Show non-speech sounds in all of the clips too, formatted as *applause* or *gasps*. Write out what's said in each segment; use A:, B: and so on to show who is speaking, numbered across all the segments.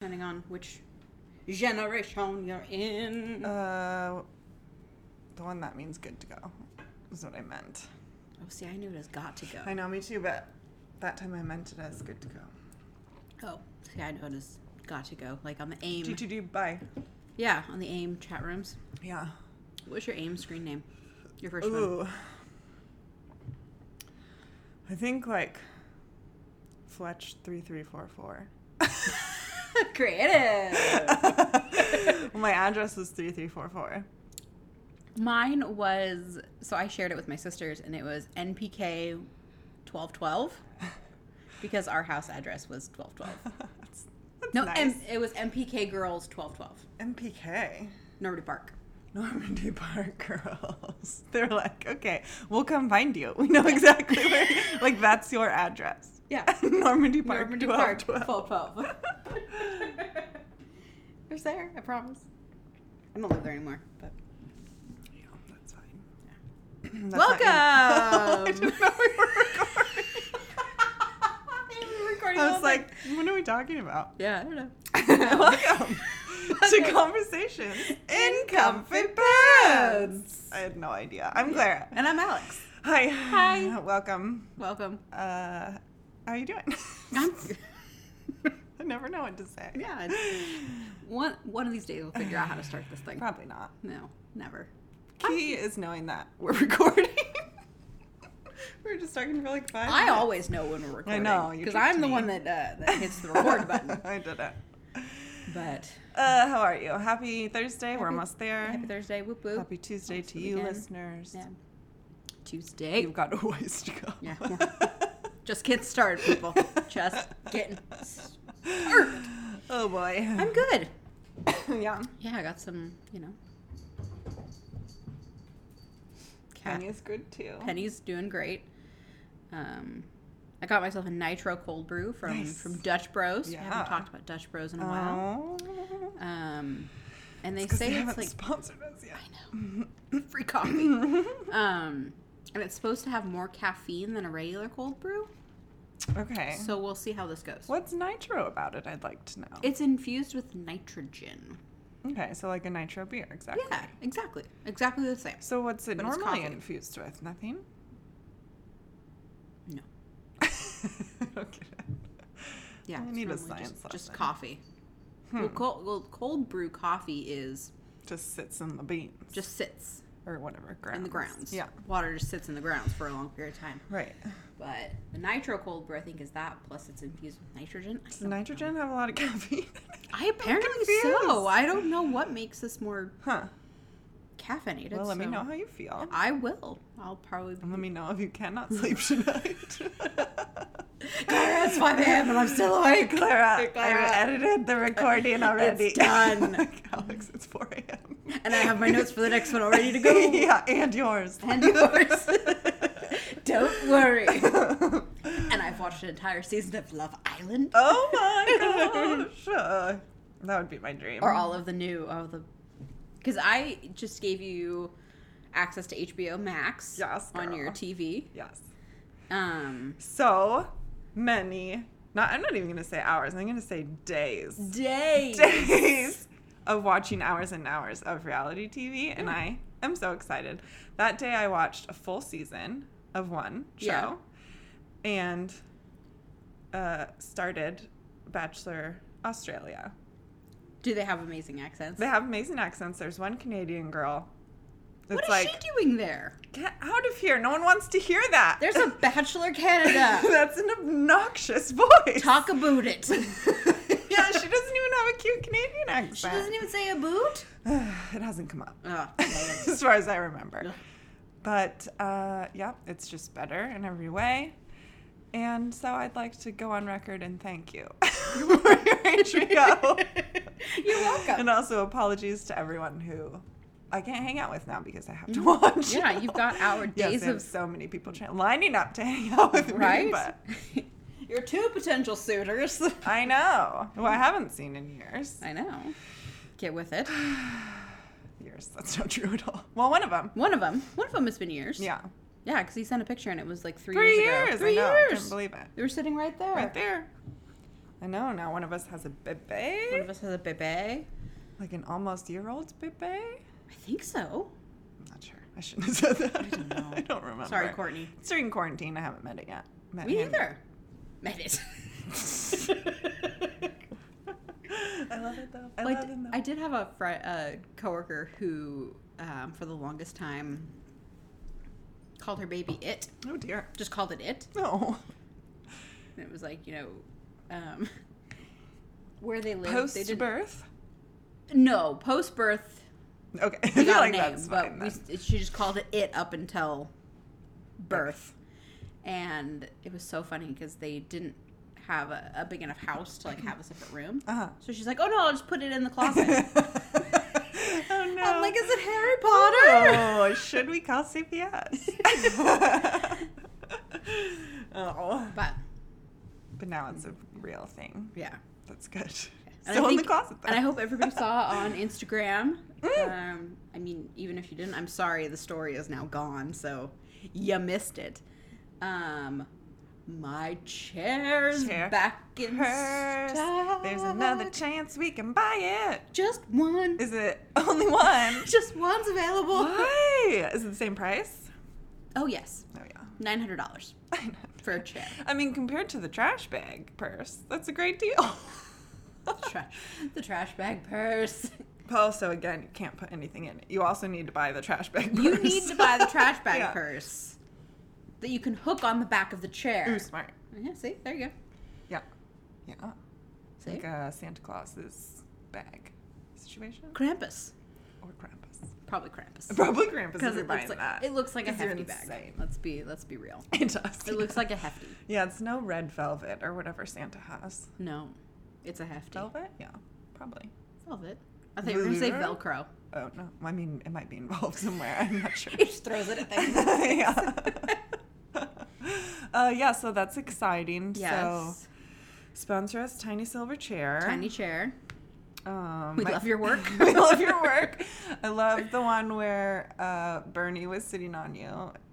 A: depending on which generation you're in.
B: Uh, the one that means good to go is what I meant.
A: oh, see, I knew it as got to go.
B: I know, me too, but that time I meant it as good to go.
A: oh, see, I knew it as got to go. Like on the AIM.
B: GTD, bye.
A: Yeah, on the AIM chat rooms.
B: Yeah.
A: What's your AIM screen name? Your first one.
B: Ooh. I think like Fletch three three four *laughs* four.
A: *laughs* Creative.
B: My address is three three four four.
A: Mine was so I shared it with my sisters, and it was NPK twelve twelve because our house address was twelve twelve.
B: That's, that's
A: No,
B: nice.
A: M- it was MPK girls twelve twelve
B: MPK.
A: Normandy Park.
B: Normandy Park girls. *laughs* They're like, okay, we'll come find you. *laughs* We know exactly where. Like that's your address.
A: *laughs* Yeah,
B: *laughs* Normandy Park.
A: Normandy
B: 12,
A: Park
B: 12.
A: twelve twelve. *laughs* There's there, I promise. I don't live there anymore, *laughs* but
B: Yeah, that's fine.
A: Yeah.
B: That's not your- *laughs* I
A: Welcome.
B: didn't know we were recording.
A: I'm recording.
B: I was like, what are we talking about?
A: yeah, I don't know. *laughs*
B: *laughs* Welcome
A: Okay. *laughs*
B: to Conversations in Comfy Pants. I had no idea. I'm Clara.
A: And I'm Alex.
B: Hi.
A: Hi.
B: *sighs* Welcome.
A: Welcome.
B: Uh, how are you *laughs* doing?
A: *laughs* I'm.
B: I never know what to say.
A: yeah. it's- One one of these days we'll figure out how to start this thing.
B: Probably not.
A: No, never.
B: Key is knowing that we're *laughs* recording. we were just talking for like five
A: I
B: minutes.
A: always know when we're recording.
B: know, you
A: because
B: tricked
A: I'm the
B: me.
A: one that uh, that hits the
B: *laughs*
A: record *laughs* button.
B: I did it.
A: But
B: Uh, how are you? Happy Thursday. we're
A: Happy-
B: almost there.
A: happy Thursday, whoop whoop.
B: Happy Tuesday
A: Almost
B: to
A: the
B: you,
A: weekend.
B: listeners.
A: Yeah. Tuesday.
B: You've got a ways to go. *laughs*
A: Yeah. Just get started, people. Just getting started. *laughs*
B: oh boy.
A: I'm good.
B: *coughs* yeah.
A: Yeah, I got some, you know. Cat.
B: Penny's good too.
A: Penny's doing great. Um, I got myself a nitro cold brew from
B: Nice.
A: from Dutch Bros. We
B: Yeah.
A: haven't talked about Dutch Bros in a while.
B: Wow.
A: Um, and they
B: Because
A: say
B: they
A: it's
B: haven't
A: like
B: sponsored us yet.
A: free coffee. um, and it's supposed to have more caffeine than a regular cold brew.
B: *laughs* Okay.
A: So we'll see how this goes.
B: What's nitro about it? I'd like to know.
A: It's infused with nitrogen.
B: okay, so like a nitro beer, exactly.
A: Yeah, exactly. Exactly the same.
B: So what's it
A: But it's
B: normally
A: coffee.
B: infused with? Nothing. *laughs*
A: No.
B: I don't get it.
A: Yeah.
B: I
A: it's
B: need a
A: normally
B: science
A: just, just
B: lesson. Hmm.
A: coffee. Well, cold, well, cold brew coffee is
B: Just sits in the beans
A: just sits
B: or whatever grounds.
A: in the grounds.
B: Yeah.
A: Water just sits in the grounds for a long period of time.
B: Right.
A: But the nitro cold brew, I think, is that plus it's infused with nitrogen. I
B: Does
A: don't know.
B: nitrogen have a lot of caffeine?
A: I apparently
B: confused.
A: so. I don't know what makes this more
B: huh.
A: caffeinated.
B: Well, let me
A: so-
B: know how you feel.
A: I will. I'll probably.
B: And let me know if you cannot
A: *laughs*
B: sleep tonight.
A: Clara, it's 5 a.m. and I'm still awake.
B: Clara,
A: Clara.
B: I edited the recording already.
A: done.
B: Like, *laughs* Alex, it's 4 a.m.
A: And I have my notes for the next one all ready to go.
B: *laughs* yeah, and yours.
A: And
B: *laughs*
A: yours. *laughs* Don't worry. and I've watched an entire season of Love Island.
B: oh my gosh. *laughs* Uh, that would be my dream.
A: Or all of the new, all the. Because I just gave you access to HBO Max
B: Yes,
A: on
B: girl.
A: your TV.
B: Yes.
A: Um,
B: So many, not, I'm not even going to say hours, I'm going to say days.
A: days.
B: days of watching hours and hours of reality TV, and I am so excited. That day I watched a full season of one show
A: Yeah.
B: and uh, started Bachelor Australia.
A: Do they have amazing accents?
B: They have amazing accents. There's one Canadian girl. It's
A: What is
B: like,
A: she doing there?
B: get out of here. No one wants to hear that.
A: There's a *laughs* Bachelor Canada.
B: *laughs* That's an obnoxious voice.
A: Talk about it.
B: *laughs* yeah, she doesn't even have a cute Canadian accent.
A: *laughs* She doesn't e- even say a boot.
B: *sighs* it hasn't come up. *laughs*
A: Oh,
B: as far as I remember.
A: Ugh.
B: But uh, yeah, it's just better in every way. And so I'd like to go on record and thank you *laughs* for your intro.
A: Oh.
B: *laughs*
A: *laughs* You're welcome.
B: And also apologies to everyone who I can't hang out with now because I have to watch.
A: Mm-hmm. Yeah, you've
B: *laughs*
A: got our
B: Yes,
A: days
B: I have
A: of-
B: so many people tra- lining up to hang out with me.
A: right?
B: But
A: *laughs* Your two potential
B: *laughs*
A: suitors.
B: I know. Who I haven't seen in years.
A: I know. Get with it.
B: Years. That's not true at all. Well, one of them.
A: One of them. One of them has been years.
B: Yeah.
A: Yeah, because he sent a picture and it was like three,
B: Three
A: years,
B: years.
A: ago. Three
B: I know. I
A: years.
B: can't believe it.
A: we were sitting right there.
B: Right there. I know now one of us has a
A: One
B: bebe,
A: of us has a bebe. I
B: like an almost year old bebe. I'm
A: think so.
B: not sure. I shouldn't have said that. I
A: don't know.
B: *laughs* I don't remember.
A: Sorry, Courtney.
B: It's during quarantine. I haven't met it yet. Met
A: Me
B: him
A: either. Met
B: *laughs*
A: it.
B: yet. *laughs* I love it though. I
A: Well, I
B: love
A: d-
B: him though.
A: I did have a fri a coworker who, um, for the longest time, called her baby it.
B: oh dear.
A: Just called it it.
B: No.
A: And it was like you know, um, *laughs* where they lived. they
B: Post
A: didn't-
B: birth.
A: No, post birth.
B: Okay. *laughs* I
A: We
B: feel
A: got
B: like
A: a name,
B: that's
A: but
B: fine
A: we,
B: then.
A: s- she just called it it up until birth. And it was so funny because they didn't have a, a big enough house to like have a separate room.
B: Uh-huh.
A: So she's like, "Oh no, I'll just put it in the closet."
B: *laughs* oh *laughs* no.
A: I'm like, "Is it Harry Potter?" *laughs*
B: Oh, should we call CPS? oh.
A: But
B: But now it's a real thing.
A: yeah.
B: That's good.
A: And I
B: Still in the
A: think-
B: closet though.
A: And I hope everybody
B: *laughs*
A: saw on Instagram.
B: Mm.
A: Um, I mean, even if you didn't, I'm sorry. The story is now gone, so you missed it. Um, my chair's
B: Chair
A: back in
B: Purse.
A: stock.
B: There's another chance we can buy
A: Just one.
B: it. Is it
A: *laughs*
B: only one?
A: Just one's available.
B: Why? Is it the same price?
A: *laughs* Oh yes,
B: Oh yeah.
A: nine hundred dollars
B: I know.
A: for a
B: *laughs*
A: chair.
B: I mean, compared to the trash bag purse, that's a
A: *laughs*
B: great deal.
A: Trash, the trash bag
B: *laughs*
A: purse.
B: But also, again, you can't put anything in it. You also need to buy the trash bag purse.
A: You need to buy the trash bag
B: Yeah.
A: purse that you can hook on the back of the chair.
B: *laughs* Ooh, smart.
A: Yeah, see, there you go.
B: Yeah. Yeah.
A: See,
B: Like a Santa Claus's bag situation.
A: Krampus.
B: Or
A: *laughs*
B: Krampus.
A: Probably Krampus.
B: Probably Krampus if
A: Because
B: you're
A: it
B: buying
A: looks like
B: *laughs* that.
A: it looks like a
B: 'Cause you're
A: hefty bag.
B: insane.
A: Let's be let's be real.
B: It does. *laughs*
A: It looks like a hefty.
B: Yeah, it's no red velvet or whatever Santa has.
A: No, it's a hefty.
B: Velvet? Yeah, probably.
A: Velvet. I thought you were gonna say
B: Velvet? *laughs*
A: Velcro.
B: Oh, no. I mean, it might be involved *laughs* somewhere. I'm
A: *laughs*
B: not sure.
A: He just throws it at *laughs* things.
B: *laughs* yeah. *laughs* uh, yeah, so that's exciting.
A: Yes.
B: So sponsor us, Tiny Silver Chair.
A: Tiny chair.
B: Um,
A: We
B: my-
A: love your work.
B: *laughs* we love your work. I love the one where uh, Bernie was sitting on you.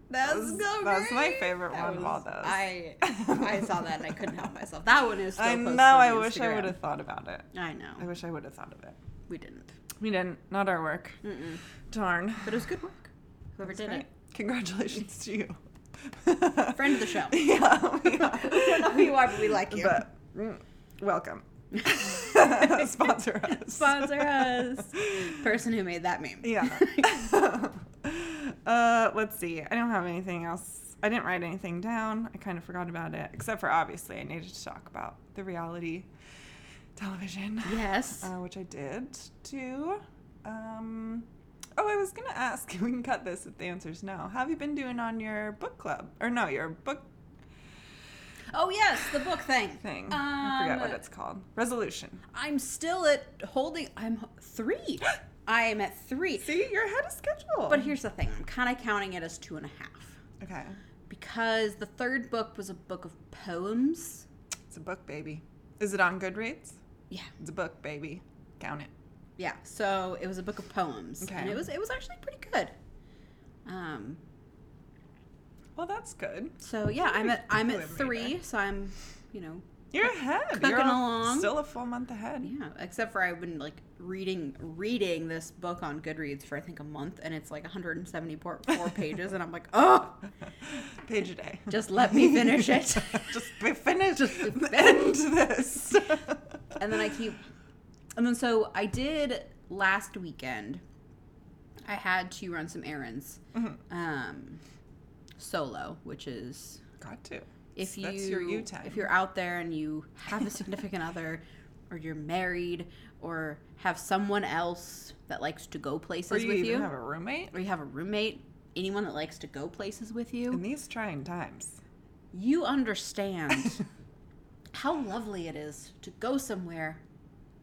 A: That's
B: was-
A: so
B: That's my
A: great.
B: favorite
A: That
B: one of all
A: was-
B: those. *laughs*
A: I I saw that and I couldn't help myself. That one is. Still
B: I
A: posted
B: know.
A: on
B: I wish I
A: Instagram.
B: would have thought about it.
A: I
B: I
A: know.
B: wish I would have thought of it.
A: We didn't.
B: We didn't. Not our work.
A: Mm-mm.
B: Darn.
A: But it was good work. Whoever did
B: Great.
A: it.
B: Congratulations to you.
A: *laughs* Friend of the show.
B: *laughs* Yeah.
A: *laughs*
B: yeah.
A: we don't know who you are, but we like you.
B: But mm,
A: *laughs*
B: welcome. *laughs* Sponsor us.
A: Sponsor us. *laughs* Person who made that meme.
B: *laughs* Yeah. *laughs* uh, let's see. I don't have anything else. I didn't write anything down. I kind of forgot about it, except for obviously I needed to talk about the reality television,
A: *laughs* Yes.
B: uh, which I did too. Um, oh, I was gonna *laughs* ask. We can cut this if the answer's no. How have you been doing on your book club, or no, your book
A: Oh yes, the book thing.
B: thing?
A: Um,
B: I forget what it's called. Resolution.
A: I'm still at holding. I'm three. I am at three.
B: See, you're ahead of schedule.
A: But here's the thing. I'm kind of counting it as two and a half
B: okay,
A: because the third book was a book of poems.
B: it's a book, baby. Is it on Goodreads?
A: Yeah,
B: It's a book, baby. Count it.
A: yeah. So it was a book of poems, and
B: Okay.
A: it was it was actually pretty good. Um.
B: Well, that's good.
A: So yeah, I'm at I'm at
B: Good reader.
A: three. So I'm, you know,
B: You're ahead. You're
A: Cooking
B: all-
A: along.
B: Still a full month ahead. *laughs*
A: yeah. Except for I've been like reading reading this book on Goodreads for I think a month, and it's like 174 four pages, and I'm like, oh,
B: Page
A: *laughs*
B: a day.
A: just let me finish it.
B: *laughs* Just be
A: *laughs*
B: finished.
A: Just be
B: End
A: *laughs*
B: this. *laughs*
A: and then I keep, and then so I did last weekend. I had to run some errands,
B: Mhm.
A: um, solo, which is
B: Got to.
A: if you
B: That's your you time.
A: if you're out there and you have a significant other, or you're married, or have someone else that likes to go places
B: or you
A: with
B: even
A: you,
B: have a roommate.
A: or you have a roommate, anyone that likes to go places with
B: In
A: you,
B: these trying times.
A: you understand *laughs* how lovely it is to go somewhere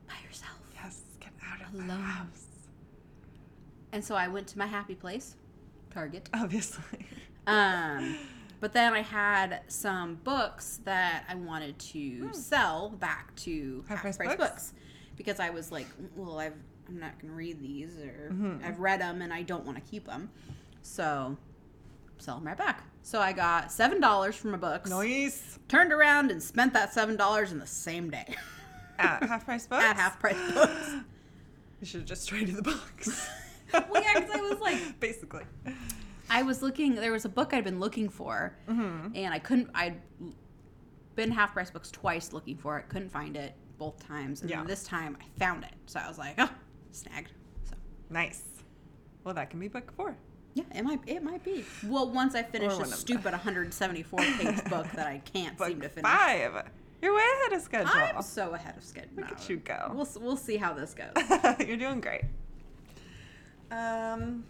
A: by yourself.
B: Yes, get out of the
A: Alone.
B: house.
A: And so I went to my happy place, Target.
B: Obviously.
A: Um, but then I had some books that I wanted to sell back to Hmm. Half Price, books. because I was like, well, I've I'm Mm-hmm. not gonna read these or I've read them and I don't want to keep them. So sell them right back. So I got seven dollars from a books.
B: Nice.
A: Turned around and spent that seven dollars in the same day *laughs*
B: At half price books.
A: at half price books.
B: You should have just traded the books.
A: *laughs* Well, yeah, 'cause I was like-
B: *laughs* basically.
A: I was looking. There was a book I'd been looking for,
B: Mm-hmm.
A: and I couldn't. I'd been half price books twice looking for it. Couldn't find it both times, and
B: Yeah.
A: then this time I found it. So I was like, oh, snagged. So
B: Nice. Well, that can be book four.
A: yeah, it might it might be. Well, once I finish
B: Or
A: this
B: one of-
A: stupid 174
B: *laughs*
A: page book that I can't
B: Book
A: seem to finish.
B: five. You're way ahead of schedule.
A: I'm so ahead of schedule.
B: Look at you go.
A: We'll s- we'll see how this goes.
B: *laughs* You're doing great. Um,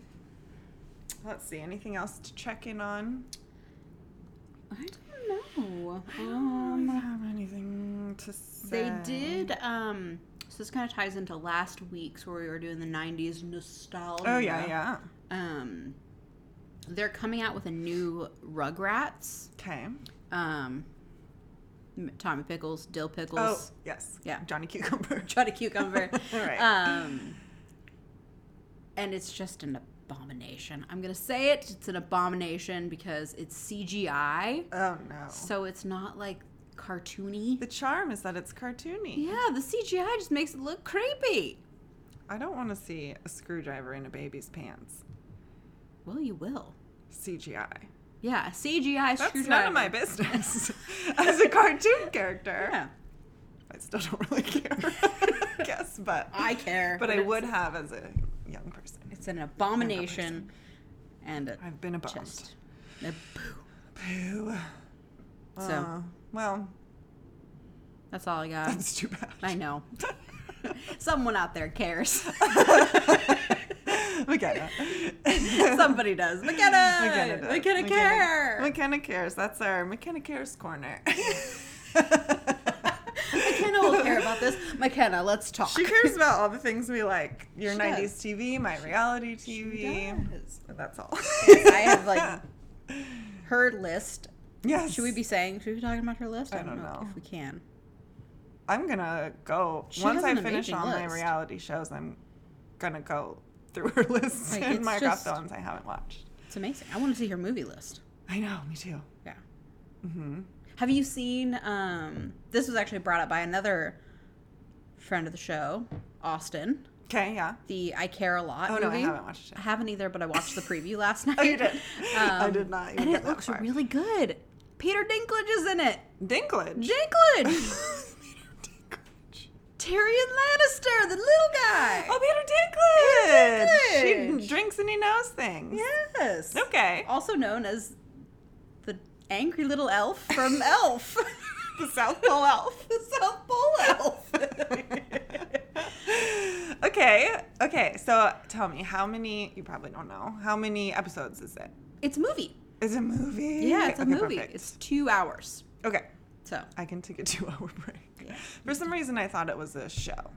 B: let's see. Anything else to check in on?
A: I don't know.
B: I
A: Um,
B: don't have anything to say.
A: they did. Um, so this kind of ties into last week's where we were doing the '90s nostalgia.
B: Oh yeah, yeah.
A: Um, they're coming out with a new Rugrats.
B: Okay.
A: Um, M- Tommy Pickles, Dill Pickles,
B: Oh
A: *laughs*
B: yes.
A: Yeah.
B: Johnny *laughs* Cucumber.
A: Johnny
B: *laughs*
A: Cucumber.
B: Right.
A: Um, and it's just an abomination. I'm gonna say it. It's an abomination because it's CGI,
B: oh no.
A: so it's not like cartoony.
B: The charm is that it's cartoony.
A: Yeah, the CGI just makes it look creepy.
B: I don't want to see a screwdriver in a baby's pants.
A: Well, you will.
B: CGI.
A: Yeah, a CGI
B: That's
A: screwdriver.
B: none of my
A: *laughs*
B: business. As a cartoon character,
A: Yeah,
B: I still don't really care. I
A: *laughs*
B: guess, but
A: I care.
B: But I
A: it's-
B: would have as a young person.
A: It's an abomination, and it
B: I've been a bummed.
A: just. a boo.
B: Pooh.
A: So- um,
B: Uh, well,
A: That's all I got.
B: that's too bad.
A: I know.
B: *laughs*
A: *laughs* Someone out there cares.
B: McKenna. *laughs*
A: Somebody does. McKenna.
B: McKenna does.
A: McKenna care.
B: McKenna cares. That's our McKenna cares corner.
A: *laughs*
B: *laughs*
A: McKenna will care about this. McKenna, let's talk.
B: She cares about all the things we like. Your
A: She
B: 90s
A: does.
B: TV, my reality TV.
A: does.
B: And That's all.
A: I have, like- Her list.
B: *laughs* Yes.
A: Should we be saying? Should we be talking about her list?
B: I don't know.
A: if we can.
B: I'm gonna go
A: She
B: once
A: has
B: I
A: an
B: finish
A: amazing
B: all my
A: list.
B: reality shows. I'm gonna go through her *laughs* list
A: Like,
B: and
A: it's
B: mark off
A: just-
B: the ones I haven't watched.
A: It's amazing. I want to see her movie list.
B: I know, me too.
A: Yeah.
B: Mm-hmm.
A: Have you seen? Um, this was actually brought up by another friend of the show, Austin.
B: Okay, yeah.
A: The I Care a Lot.
B: Oh no, I
A: movie.
B: haven't watched it.
A: I haven't either, but I watched the preview last night.
B: *laughs* Oh, you did. I
A: Um,
B: did not. Even
A: And
B: get
A: it
B: that
A: looks
B: far.
A: really good. Peter Dinklage is in
B: *laughs*
A: it.
B: Dinklage.
A: Dinklage,
B: Dinklage.
A: Tyrion Lannister, the little guy.
B: Oh, Peter Dinklage.
A: Peter Dinklage.
B: She drinks and he knows things.
A: yes.
B: Okay.
A: Also known as the angry little elf from Elf.
B: *laughs* The South Pole
A: *laughs*
B: Elf.
A: the South Pole elf.
B: *laughs* *laughs* okay. Okay. So tell me, how many? You probably don't know. How many episodes is it?
A: it's a movie.
B: It's a movie.
A: Yeah, it's a
B: Okay,
A: movie.
B: perfect.
A: It's two hours.
B: okay.
A: So
B: I can take a *laughs* two-hour break.
A: Yeah.
B: For some reason, I thought it was a show.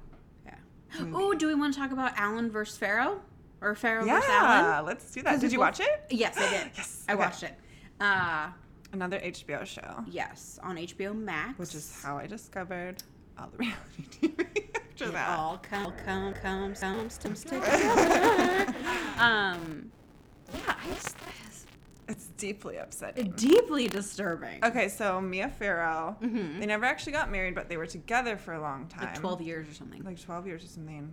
A: yeah. *gasps*
B: Movie.
A: Oh, do we want to talk about Alan versus Pharaoh or Pharaoh versus
B: yeah.
A: Alan?
B: Let's do that.
A: 'Cause
B: Did
A: we
B: you
A: both-
B: watch it?
A: Yes, I *gasps* did.
B: Yes,
A: I
B: okay.
A: watched it. Uh,
B: Another HBO show,
A: yes, on HBO Max,
B: which is how I discovered all the reality TV *laughs* after
A: It
B: that.
A: all come, come, come, *laughs* some stems together. um, yeah, I just, I just-
B: It's deeply upsetting.
A: deeply disturbing.
B: Okay, so Mia Farrow,
A: Mhm.
B: they never actually got married, but they were together for a long time.
A: Like twelve years or something.
B: Like 12 years or something.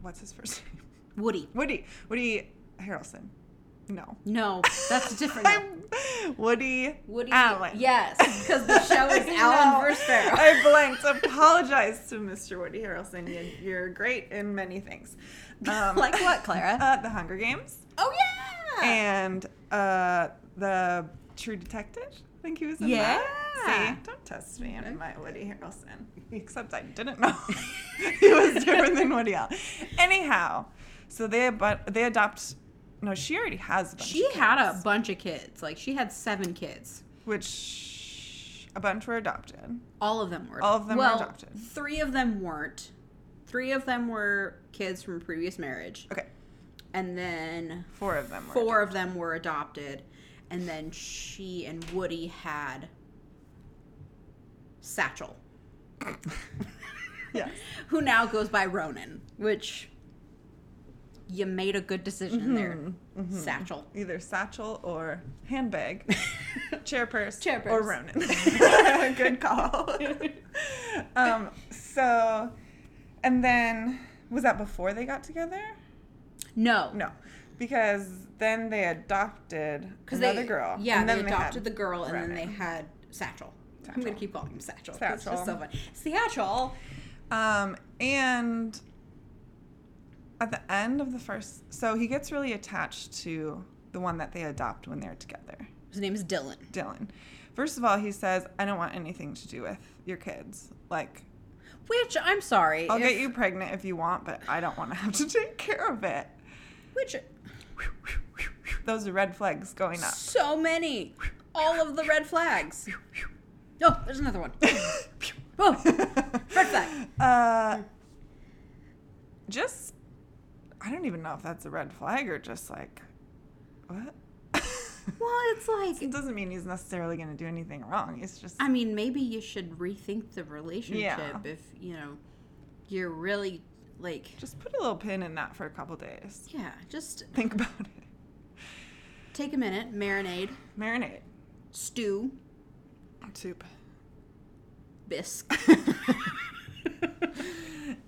B: What's his first *laughs* name?
A: Woody.
B: Woody. Woody Harrelson. No. *laughs*
A: No, that's a *laughs* different. one.
B: I'm Woody,
A: Woody
B: Allen.
A: Yes, because the show *laughs*
B: *laughs*
A: is
B: I
A: Alan
B: know.
A: versus Pharaoh. *laughs*
B: I blanked. Apologize to Mr. Woody Harrelson. You, you're great in many
A: *laughs*
B: things. Um,
A: Like what, Clara?
B: *laughs* Uh, the Hunger Games
A: oh yeah.
B: and uh, the True Detective. I think he was in
A: Yeah. Mm-hmm.
B: that. See, don't test me on my Woody Harrelson. *laughs* Except I
A: *laughs*
B: didn't know he was different than Woody Allen. Anyhow, so they but they adopt. No, she already has. A bunch
A: she
B: of
A: had
B: kids,
A: a bunch of kids. Like she had seven kids.
B: which a bunch were adopted.
A: All of them were.
B: All of them were
A: well,
B: adopted.
A: Three of them weren't. Three of them were kids from a previous marriage,
B: Okay,
A: and then
B: four of them. Were
A: four of them were adopted, and then she and Woody had Satchel,
B: Yes.
A: who now goes by Ronan, which you made a good decision there,
B: Mm-hmm.
A: Satchel. *laughs*
B: Either satchel or handbag, chair purse,
A: Chair
B: or
A: purse. *laughs*
B: Ronin. *laughs* Good call. um, so, and then was that before they got together?
A: No,
B: No, because then they adopted another
A: they,
B: girl.
A: Yeah,
B: and
A: they
B: then
A: adopted
B: had
A: the girl, and then they
B: Ronin.
A: had Satchel. I'm gonna keep calling him Satchel. 'cause It's just
B: Satchel.
A: so funny. Satchel.
B: Um, and at the end of the first, so he gets really attached to the one that they adopt when they're together.
A: His name is Dylan.
B: Dylan. First of all, he says, I don't want anything to do with your kids. Like,
A: Which I'm sorry.
B: I'll
A: if-
B: get you pregnant if you want, but I don't want to have to *laughs* take care of it.
A: Which
B: Those are red flags
A: *laughs*
B: going up.
A: so many, all of the red flags. Oh, there's another one. Oh, red flag.
B: Uh, just, I don't even know if that's a red flag or just like, what? *laughs*
A: Well, it's like
B: it doesn't mean he's necessarily going to do anything wrong. It's just,
A: I mean, maybe you should rethink the relationship if you know you're really like
B: just put a little pin in that for a couple days.
A: yeah. Just
B: Think about it.
A: take a minute, marinade,
B: Marinate.
A: stew,
B: Soup.
A: *laughs* bisque.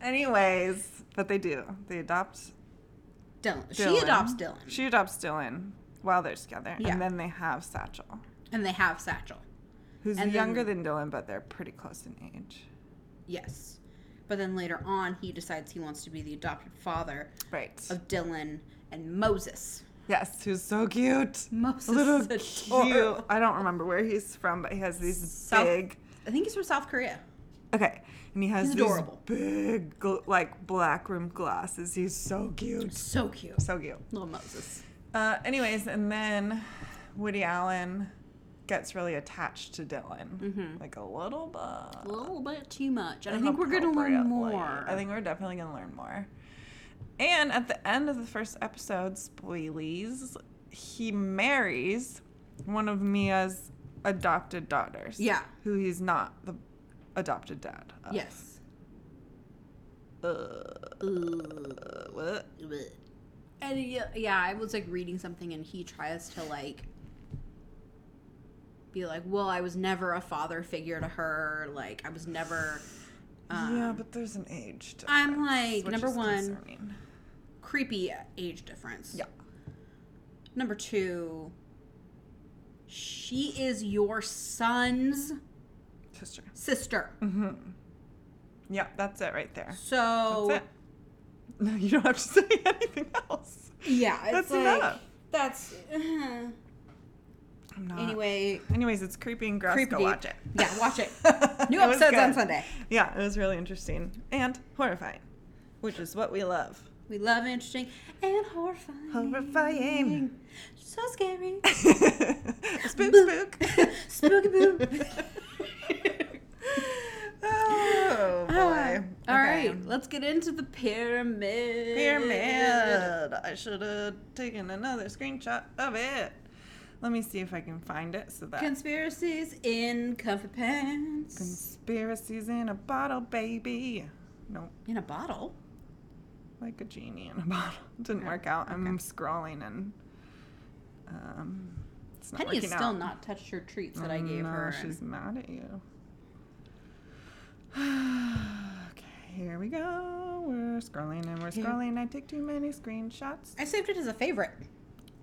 B: Anyways, but they do. They adopt.
A: Dylan. She
B: Dylan.
A: adopts Dylan,
B: She adopts Dylan while they're together,
A: Yeah.
B: and then they have Satchel,
A: and they have Satchel.
B: who's
A: And then-
B: younger than Dylan, but they're pretty close in age.
A: Yes, but then later on, he decides he wants to be the adopted father
B: Right.
A: of Dylan and Moses.
B: Yes, who's so cute.
A: *laughs* Moses
B: Little
A: is
B: cute.
A: adorable.
B: I don't remember where he's from, but he has these
A: South-
B: big.
A: I think he's from South Korea.
B: Okay, and he has
A: He's
B: these
A: adorable.
B: big, gl- like black rimmed glasses. He's so cute.
A: So cute.
B: So cute.
A: Little Moses.
B: Uh, anyways, and then Woody Allen gets really attached to Dylan,
A: Mm-hmm.
B: like a little bit.
A: A little bit too much. And I think we're going to learn
B: Inappropriately.
A: more.
B: I think we're definitely going to learn more. And at the end of the first episode, spoilies, he marries one of Mia's adopted daughters.
A: Yeah.
B: Who he's not the adopted dad. of.
A: Yes.
B: Uh, uh, what?
A: And yeah, yeah, I was like reading something and he tries to like be like, well, I was never a father figure to her. Like, I was never. Um,
B: yeah, but there's an age. Difference,
A: I'm like,
B: which
A: number
B: is
A: one-
B: concerning.
A: creepy age difference.
B: Yeah.
A: Number two, she is your son's
B: Sister.
A: sister.
B: Mm-hmm. Yeah, that's it right there.
A: So.
B: That's it. *laughs* No, you don't have to say anything else.
A: Yeah, it's
B: That's
A: like
B: enough. Uh.
A: that's uh-huh.
B: I'm not.
A: anyway.
B: Anyways, it's creepy and gross.
A: Creepy
B: Go
A: Deep.
B: watch it.
A: Yeah, watch
B: *laughs*
A: it. New
B: It was
A: episodes on
B: good.
A: Sunday.
B: Yeah, it was really interesting and horrifying, which is what we love.
A: We love interesting and horrifying.
B: Horrifying.
A: So scary.
B: *laughs* spook, spook.
A: *laughs* Spooky boo.
B: *laughs* oh boy.
A: Ah, All right,
B: Okay.
A: let's get into the pyramid.
B: Pyramid. I should have taken another screenshot of it. Let me see if I can find it so that
A: Conspiracies in comfy pants.
B: conspiracies in a bottle, baby. Nope.
A: in a bottle.
B: like a genie in a *laughs* bottle. Didn't work out. I'm scrolling and um, it's not
A: Penny has
B: working
A: still
B: out. Mm,
A: not touched her treats that I gave
B: no,
A: her.
B: She's mad at you. *sighs* okay, here we go. We're scrolling and we're
A: Here.
B: scrolling. I take too many screenshots.
A: I saved it as a favorite.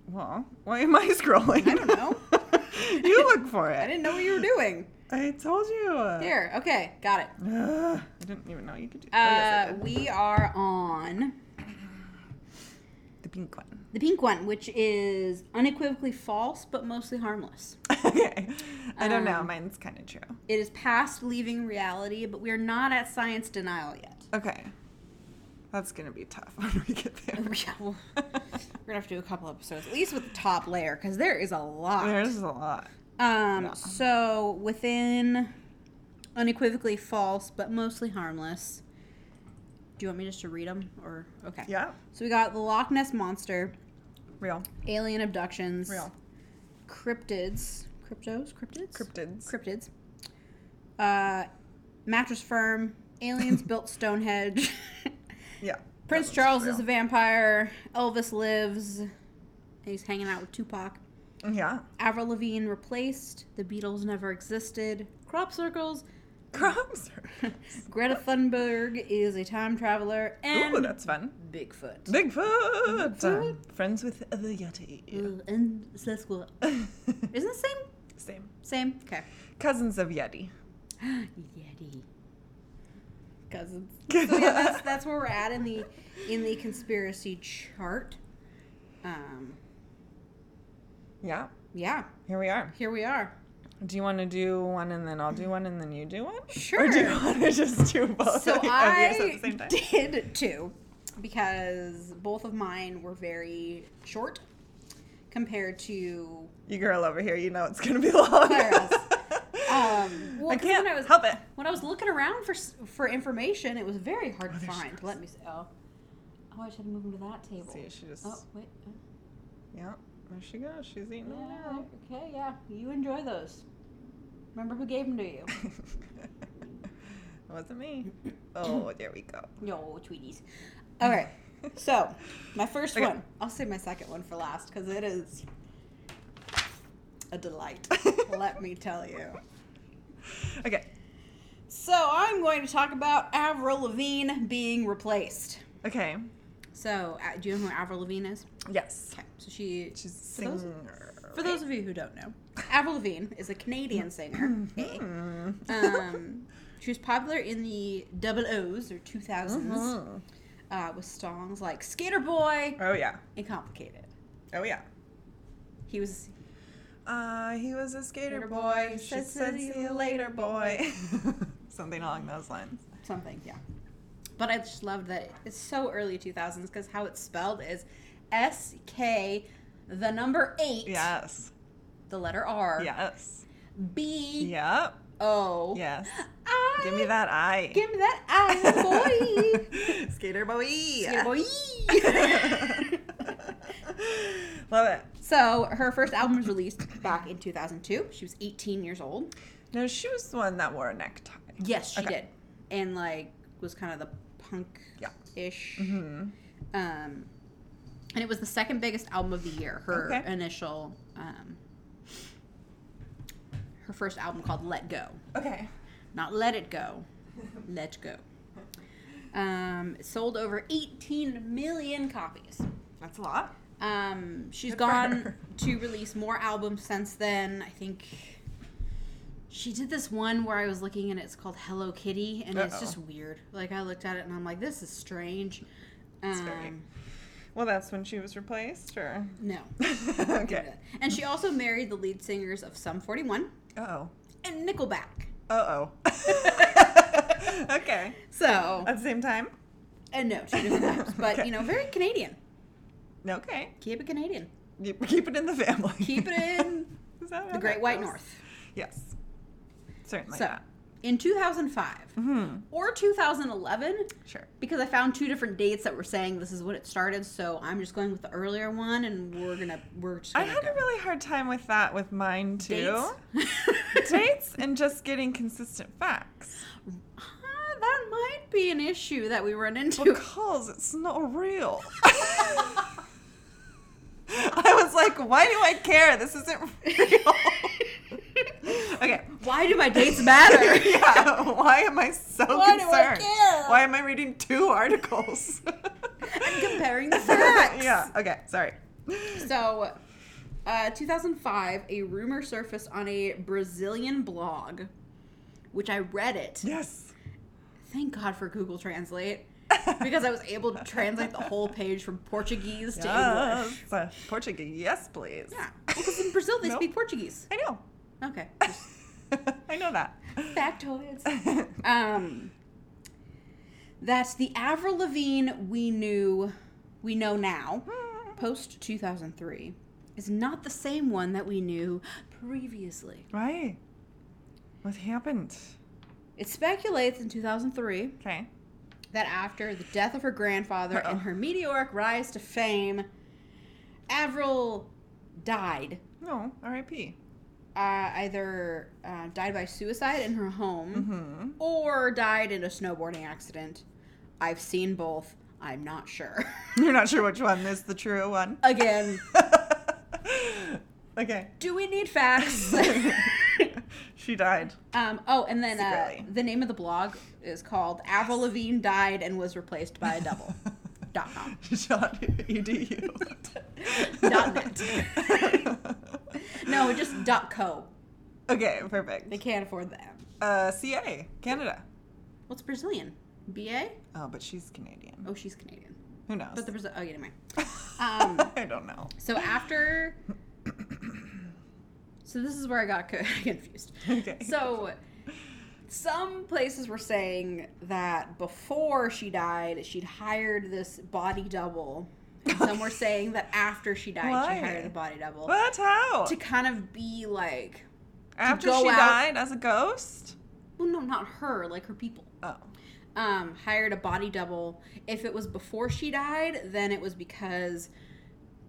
B: Well, why am I *laughs* scrolling?
A: I don't know.
B: *laughs* you look for
A: *laughs* I
B: it.
A: didn't know what you
B: *laughs*
A: were doing.
B: I, told you.
A: Here, okay, got it.
B: Ugh, *sighs* I didn't even know you could do. oh, yes, I
A: Uh,
B: did.
A: we are on
B: the pink one.
A: the pink one, which is unequivocally false but mostly harmless.
B: *laughs* okay. I don't know.
A: Um,
B: Mine's kind of true.
A: It is past leaving reality, but we are not at science denial
B: *laughs*
A: yet.
B: Okay. That's gonna be tough *laughs* when we get there.
A: *laughs* Yeah, well, we're gonna have to do a couple episodes, at least with the top layer, because there is a lot.
B: There's a lot.
A: um,
B: yeah.
A: so within unequivocally false but mostly harmless. Do you want me just to read them, or okay?
B: Yeah.
A: So we got the Loch Ness monster,
B: Real.
A: alien abductions,
B: Real.
A: cryptids, cryptos, cryptids,
B: Cryptids.
A: cryptids.
B: *laughs*
A: Uh, mattress firm, aliens built Stonehenge,
B: yeah.
A: Prince
B: one's
A: Charles
B: real.
A: is a vampire. Elvis lives. He's hanging out with Tupac. *laughs*
B: Yeah.
A: Avril Lavigne replaced. The Beatles never existed. Crop
B: *laughs*
A: circles.
B: Crumbs.
A: *laughs* Greta Thunberg is a time traveler. And
B: Ooh, that's fun.
A: Bigfoot.
B: Bigfoot. Um, friends with the Yeti.
A: Ooh, and Sasquatch. Isn't it same?
B: *laughs* Same.
A: Same. Okay.
B: Cousins of Yeti.
A: Yeti. Cousins. So yeah, that's that's where we're at in the in the conspiracy chart. Um.
B: yeah.
A: Yeah.
B: Here we are.
A: Here we are.
B: Do you want to do one and then I'll do one and then you do one? Or
A: Sure.
B: do you want to *laughs* just do *laughs* both
A: So
B: *laughs* of yours at
A: I
B: the
A: *laughs*
B: same time?
A: did two because both of mine were very short compared to
B: You girl over here, you know it's going to be *laughs* long.
A: Clara's. um. Well,
B: I
A: 'cause
B: can't
A: when I was
B: help it.
A: when I was looking around for s- for information, it was very hard to
B: there's
A: find. Let me. s- Oh. Oh, I should have moved them to that table.
B: See, she just,
A: Oh wait. oh.
B: yeah, there she goes. She's eating them
A: Yeah,
B: now. *laughs*
A: okay, yeah. You enjoy those. Remember who gave them to you?
B: it wasn't me.
A: *clears throat*
B: Oh, there we go.
A: Yo, *laughs* Tweeties. Okay, so my first one. I'll save my second one for last because it is a *laughs* delight. let me tell you.
B: Okay.
A: So I'm going to talk about Avril Lavigne being replaced.
B: Okay.
A: So uh, do you know who Avril Lavigne is?
B: Yes.
A: Okay, so she
B: She's a
A: For those-
B: singer.
A: For those of you who don't know, Avril Lavigne is a Canadian *clears throat* singer. Hey.
B: Mm-hmm.
A: Um, she was popular in the double O's or 2000s
B: Mhm.
A: uh, with songs like Skater Boy
B: Oh, yeah.
A: and Complicated.
B: Oh, yeah.
A: He was.
B: Uh, he was a skater,
A: Skater
B: boy.
A: boy,
B: She
A: said,
B: said,
A: "See
B: see you
A: you later,
B: later, boy. *laughs* Something along those lines.
A: something, yeah. But I just loved that it's so early 2000s because how it's spelled is S K, the number eight,
B: Yes.
A: the letter R,
B: Yes.
A: B
B: Yep.
A: O.
B: Yes.
A: I-
B: Give me that eye.
A: Give me that I,
B: *laughs*
A: boy.
B: Skater boy.
A: Skater boy.
B: *laughs* Love it.
A: so her first album was released back in 2002. She was 18 years old.
B: No, she was the one that wore a necktie.
A: Yes, she
B: Okay.
A: did, and like was kind of the punk
B: Yeah.
A: ish.
B: Mm-hmm.
A: Um, and it was the second biggest album of the year. Her
B: Okay.
A: initial, um, her first album called "Let Go,"
B: Okay.
A: not "Let It Go,"
B: *laughs*
A: "Let Go." Um, it sold over 18 million copies.
B: That's a lot.
A: Um, she's
B: Good for
A: gone
B: her. *laughs*
A: to release more albums since then. I think she did this one where I was looking and it's called Hello Kitty, and it's
B: Uh-oh.
A: just weird. Like I looked at it and I'm like, this is strange.
B: very- *laughs*
A: Um,
B: Well, that's when she was
A: *laughs*
B: replaced, or?
A: no.
B: okay.
A: And she also married the lead singers of Sum 41
B: Uh oh.
A: and Nickelback.
B: Uh oh. *laughs* okay.
A: So,
B: At the same time?
A: and no, two different
B: *laughs*
A: times. But,
B: Okay.
A: you know, very Canadian.
B: Okay.
A: Keep it Canadian.
B: You- Keep it in the family.
A: Keep it in
B: *laughs* Is that how
A: the
B: that
A: Great White
B: goes?
A: North.
B: Yes. Certainly.
A: So, in 2005
B: hmm
A: or 2011,
B: Sure.
A: because I found two different dates that were saying this is when it started, so I'm just going with the earlier one, and we're gonna we're just
B: I
A: gonna
B: had
A: go.
B: a really hard time with that with mine too.
A: dates. *laughs*
B: Dates and just getting consistent facts
A: Ah, that might be an issue that we run into.
B: because it's
A: *laughs*
B: not real. I was like, why do I care? This isn't
A: *laughs*
B: real. okay.
A: Oh, Why do my dates matter?
B: *laughs* yeah. Why am I so
A: Why do I
B: concerned?
A: care?
B: Why am I reading two articles?
A: I'm comparing
B: *laughs*
A: the facts.
B: yeah. Okay. Sorry.
A: *laughs* So, uh, 2005, a rumor surfaced on a Brazilian blog, which I read it.
B: Yes.
A: Thank God for Google Translate because I was able to translate the whole page from Portuguese *laughs* to English.
B: Yes. Uh, Portuguese. Yes, please.
A: Yeah, because in Brazil they
B: *laughs* No.
A: speak Portuguese.
B: I know. *laughs*
A: Okay.
B: I know that. *laughs*
A: Factoids. Um, that the Avril Lavigne we knew, we know now, post 2003, is not the same one that we knew previously.
B: right. What happened?
A: It speculates in 2003
B: Okay.
A: that after the death of her grandfather
B: Uh-oh.
A: and her meteoric rise to fame, Avril died.
B: No, R.I.P.
A: Uh, either uh, died by suicide in her home
B: Hmm.
A: or died in a snowboarding accident. I've seen both. I'm not sure. *laughs*
B: You're not sure which one is the true one. *laughs*
A: Again,
B: okay.
A: do we need facts?
B: she died.
A: um, oh, and then uh,
B: Secretly.
A: the name of the blog is called Avril Lavigne Died and Was Replaced by a
B: *laughs*
A: Double. dot com.
B: Shot E edu.
A: Dot net. No, just dot co.
B: okay,
A: They
B: perfect.
A: can't afford that.
B: Uh, CA, Canada.
A: What's Brazilian? BA?
B: Oh, but she's Canadian.
A: Oh, she's Canadian.
B: Who knows?
A: But
B: *laughs*
A: the Brazil. Oh, yeah, anyway. Um,
B: I don't know.
A: so after. *coughs* So this is where I got co- *laughs* confused.
B: *laughs* Okay.
A: So some places were saying that before she died, she'd hired this body double. And some were saying that after she died, she
B: Why?
A: hired a body double
B: What? How?
A: to kind of be like,
B: After
A: go
B: she
A: out-
B: died as a ghost?
A: well, no, not her, like her people.
B: Oh.
A: um, hired a body double. If it was before she died, then it was because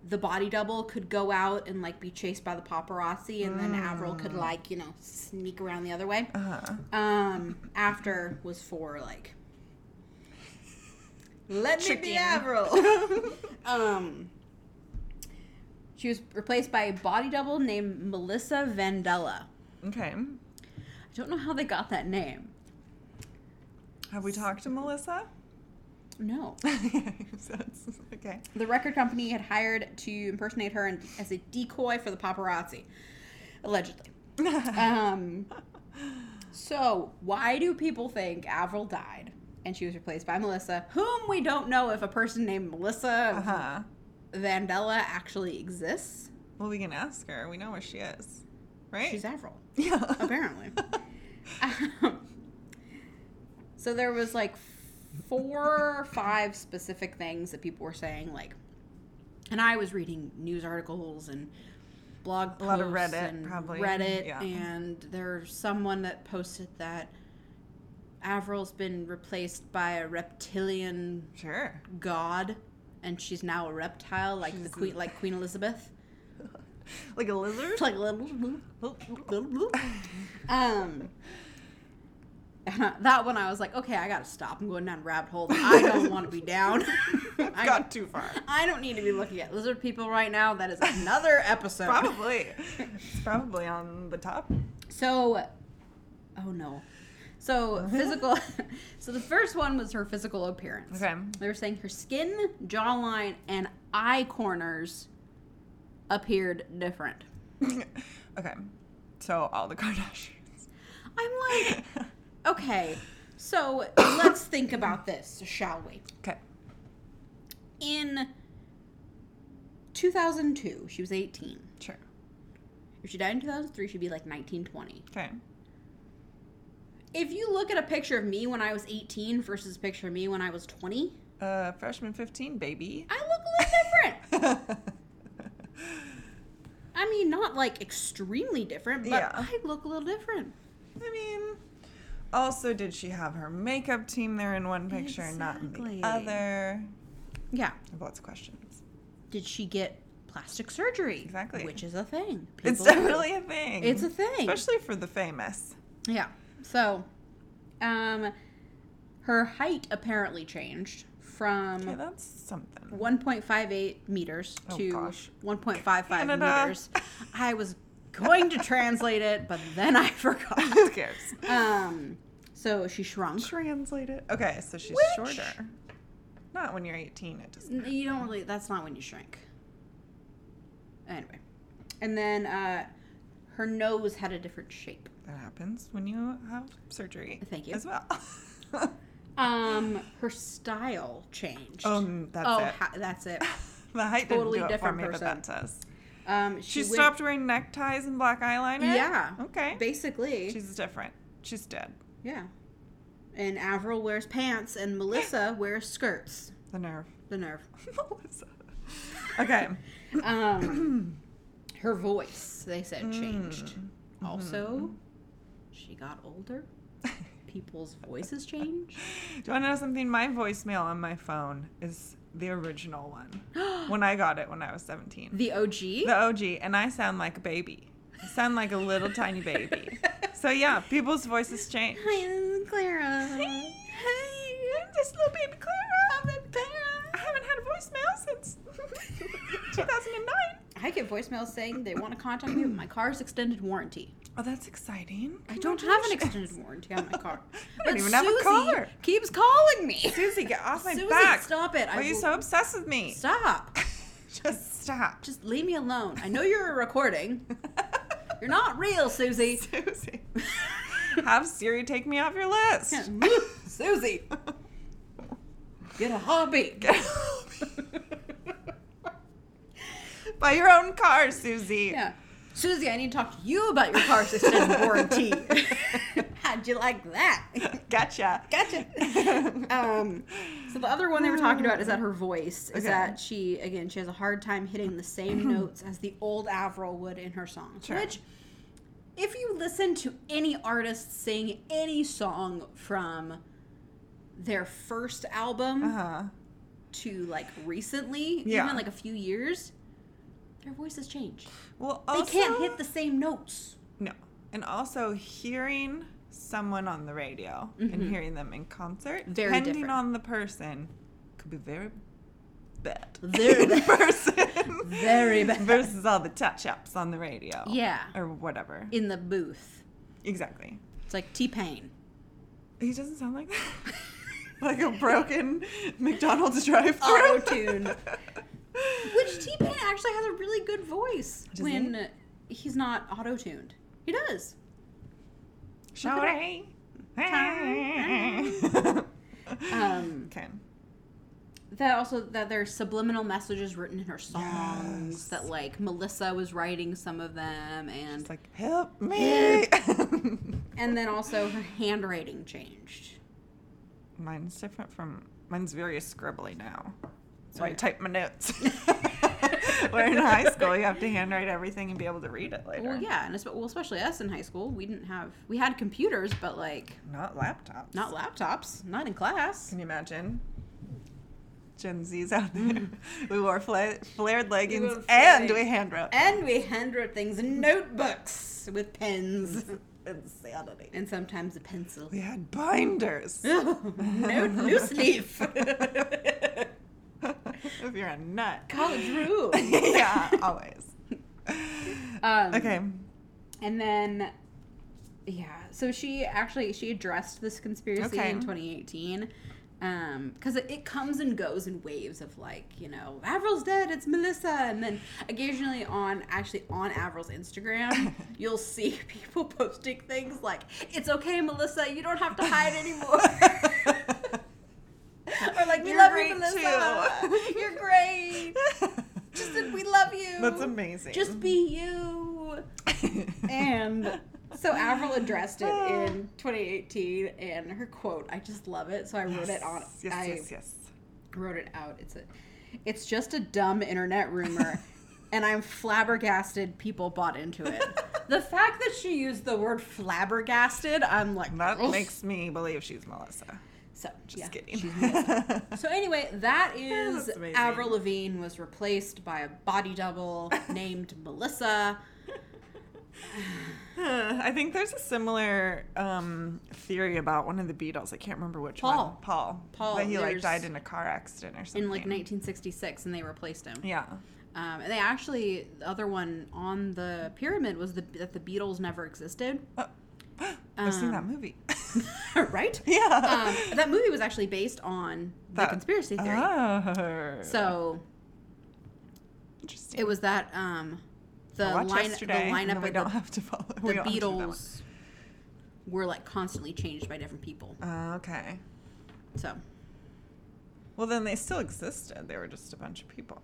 A: the body double could go out and like be chased by the paparazzi, and then Avril could
B: Mm.
A: like you know sneak around the other way.
B: Uh huh.
A: Um, after was for like, let me be
B: Tricking.
A: Avril. um, she was replaced by a body double named Melissa Vandella.
B: Okay.
A: I don't know how they got that name.
B: Have we talked to Melissa?
A: No.
B: *laughs* So it's- okay.
A: The record company had hired to impersonate her and- as a decoy for the paparazzi, allegedly. Um, so, why do people think Avril died and she was replaced by Melissa, whom we don't know if a person named
B: Uh
A: Melissa
B: huh.
A: Vandella actually exists?
B: Well, we can ask her. We know where she is, right?
A: She's Avril,
B: *laughs*
A: *laughs*
B: yeah.
A: apparently. Um, so, there was like four or five specific things that people were saying, like, and I was reading news articles and blog posts
B: A lot of Reddit,
A: and
B: probably.
A: Reddit,
B: Yeah.
A: and there's someone that posted that Avril's been replaced by a reptilian
B: Sure.
A: god, and she's now a reptile, like the
B: She's
A: queen, like Queen Elizabeth, *laughs*
B: Like a lizard?
A: It's like little, little, little. um. That one, I was like, okay, I gotta stop. I'm going down a rabbit hole. that I don't want to be
B: *laughs*
A: down. *laughs* I
B: Got too
A: *laughs*
B: far.
A: I don't need to be looking at lizard people right now. That is another episode.
B: Probably. It's probably on the top.
A: So, oh no. So physical. *laughs* so the first one was her physical appearance.
B: Okay.
A: They were saying her skin, jawline, and eye corners appeared different.
B: *laughs* okay. So all the Kardashians. *laughs*
A: I'm like, okay. So let's think about this, shall we?
B: okay.
A: In 2002, she was 18.
B: Sure.
A: If she died in 2003, she'd be like 19, 20.
B: Okay.
A: If you look at a picture of me when I was 18 versus a picture of me when I was 20,
B: Uh, freshman 15, baby. *laughs*
A: I look a little different.
B: I
A: I mean, not like extremely different, but
B: Yeah.
A: I look a little different.
B: mean, also, did she have her makeup team there in one picture and not in
A: Exactly.
B: the other?
A: Yeah.
B: I have lots of questions.
A: Did she get plastic surgery?
B: Exactly.
A: Which is a thing.
B: it's
A: People
B: *laughs*
A: do.
B: definitely a thing.
A: It's a thing.
B: Especially for the famous.
A: yeah. So, um, her height apparently changed
B: Okay,
A: from
B: that's something.
A: 1.58 meters
B: Oh,
A: to
B: gosh.
A: 1.55
B: Canada. *laughs*
A: meters. I was going to translate it, but then I *laughs* forgot.
B: *laughs* Who cares?
A: Um, so she shrunk.
B: Translate it. Okay, so she's
A: Which-
B: shorter. Not when you're 18. It doesn't.
A: N- You don't really. That's not when you shrink. Anyway, and then uh, her nose had a different shape.
B: That happens when you have surgery.
A: Thank you. *laughs*
B: As well. Oh,
A: Um, her style changed.
B: um, that's
A: oh,
B: it.
A: ha- that's it.
B: *laughs* the height
A: totally
B: didn't do it for
A: different
B: me,
A: person.
B: but that's us.
A: Um,
B: She,
A: she, went-
B: stopped wearing neckties and black eyeliner.
A: Yeah.
B: Okay.
A: Basically,
B: She's different. She's dead.
A: yeah. And Avril wears pants, and Melissa wears skirts.
B: The nerve. *laughs*
A: The nerve.
B: *clears throat* Melissa.
A: *laughs*
B: Okay. *laughs*
A: Um, her voice, they
B: Mm.
A: said, changed.
B: Mm-hmm.
A: Also, she got older. People's voices changed.
B: Do you want to know something? My voicemail on my phone is the
A: *gasps*
B: original one. when I got it when I was 17.
A: The OG.
B: the OG, and I sound like a baby. I sound like a little
A: *laughs*
B: tiny baby. So yeah, people's voices change.
A: Hi, this is Clara.
B: Hey, I'm just little baby Clara. I'm baby Clara.
A: *laughs* a voicemail saying they want to contact me. but My car's extended warranty.
B: Oh, that's exciting.
A: I don't have an
B: Congratulations.
A: extended warranty on my car.
B: *laughs* I don't even have a
A: Susie
B: car.
A: Keeps calling me.
B: Susie, get off my
A: Susie,
B: back.
A: stop it.
B: Why are you
A: will-
B: so obsessed with me?
A: Stop.
B: *laughs* Just stop.
A: Just leave me alone. I know you're a recording. You're not real, *laughs* Susie.
B: Susie. *laughs* Have Siri take me off your list.
A: *laughs* Susie, get a hobby.
B: Buy your own car, Susie.
A: Yeah. Susie, I need to talk to you about your car's extended warranty. *laughs* How'd you like *laughs* that?
B: Gotcha.
A: gotcha. *laughs* um, so the other one they were talking about is that her voice is
B: Okay. Mm-hmm.
A: that she again she has a hard time hitting the same notes as the old Avril would in her songs.
B: Sure.
A: Which, if you listen to any artist sing any song from their first album
B: Uh-huh.
A: to like recently,
B: Yeah.
A: even like a few years, their voices change.
B: Well,
A: They
B: also,
A: can't hit the same notes.
B: No. And also hearing someone on the radio and hearing them in concert,
A: Mm-hmm. Very
B: depending
A: different.
B: on the person, could be very bad.
A: Very
B: *laughs* in
A: bad.
B: person.
A: Very bad.
B: Versus all the touch-ups on the radio.
A: Yeah.
B: Or whatever.
A: In the booth,
B: Exactly.
A: it's like T *laughs* Pain.
B: He doesn't sound like that. *laughs* like a
A: *laughs*
B: broken McDonald's drive-thru. *laughs*
A: Auto-tune. Which T Pain actually has a really good voice
B: Does
A: when he's not auto tuned. He does.
B: Shorty.
A: Um,
B: *laughs* okay.
A: that also that there's subliminal messages written in her songs
B: Yes.
A: that like Melissa was writing some of them and
B: It's like, help
A: *laughs*
B: me.
A: and then also her handwriting changed.
B: mine's different from mine's very scribbly now. So I
A: Okay.
B: type my
A: *laughs*
B: notes. *laughs* Where in high school you have to handwrite everything and be able to read it later.
A: Well, yeah, and espe- well, especially us in high school, we didn't have we had computers, but like
B: Not laptops.
A: not laptops, not in class.
B: Can you imagine? Gen Z's out
A: Mm.
B: there. *laughs* we wore fla- flared leggings
A: wore
B: and
A: flared-
B: we handwrote.
A: And we handwrote things in notebooks with
B: *laughs*
A: pens
B: Insanity.
A: and sometimes a pencil.
B: We had
A: *laughs*
B: binders. *laughs*
A: no loose leaf.
B: if you're a nut. *laughs*
A: College rule.
B: yeah, always.
A: Um,
B: Okay.
A: And then, yeah. So she actually she addressed this conspiracy
B: Okay.
A: in 2018, because it, it comes and goes in waves of like you know Avril's dead, it's Melissa, and then occasionally on actually on Avril's
B: *laughs*
A: Instagram, you'll see *laughs* people posting things like it's okay, Melissa, you don't have
B: *laughs*
A: to hide anymore. Or like we
B: You're
A: love
B: great
A: you, Melissa.
B: too."
A: *laughs* You're great. Just that we love you.
B: That's amazing. *laughs*
A: Just be you. And so
B: *laughs*
A: Avril addressed it in 2018, and her quote, I just love it. So I wrote it on.
B: Yes,
A: I
B: yes, yes.
A: wrote it out. It's a, it's just a dumb internet
B: *laughs*
A: rumor, and I'm flabbergasted. People bought into it. the fact that she used the word flabbergasted, I'm like,
B: That
A: "Oof."
B: makes me believe she's Melissa.
A: so
B: Just
A: yeah,
B: kidding. *laughs*
A: she's amazing. So anyway, that is
B: amazing.
A: Avril Lavigne was replaced by a body
B: *laughs*
A: double named Melissa.
B: I think there's a similar um, theory about one of the Beatles. I can't remember which
A: Paul.
B: one. Paul.
A: Paul,
B: That he like
A: there's-
B: died in a car accident or something.
A: In like 1966, and they replaced him.
B: Yeah.
A: Um, and they actually, the other one on the pyramid was the, that the Beatles never existed, *laughs*
B: Oh, *gasps* I've seen that
A: Um,
B: movie. *laughs*
A: right?
B: yeah. *laughs*
A: Um, that movie was actually based on the
B: That-
A: conspiracy theory.
B: Oh.
A: So
B: Interesting.
A: it was that um, the,
B: I watched
A: line, the
B: yesterday, and then
A: lineup
B: we
A: of
B: don't
A: the,
B: have to follow.
A: the
B: we don't have to do that one.
A: Beatles were like constantly changed by different people.
B: Oh, okay.
A: So
B: Well, then they still existed. They were just a bunch of people.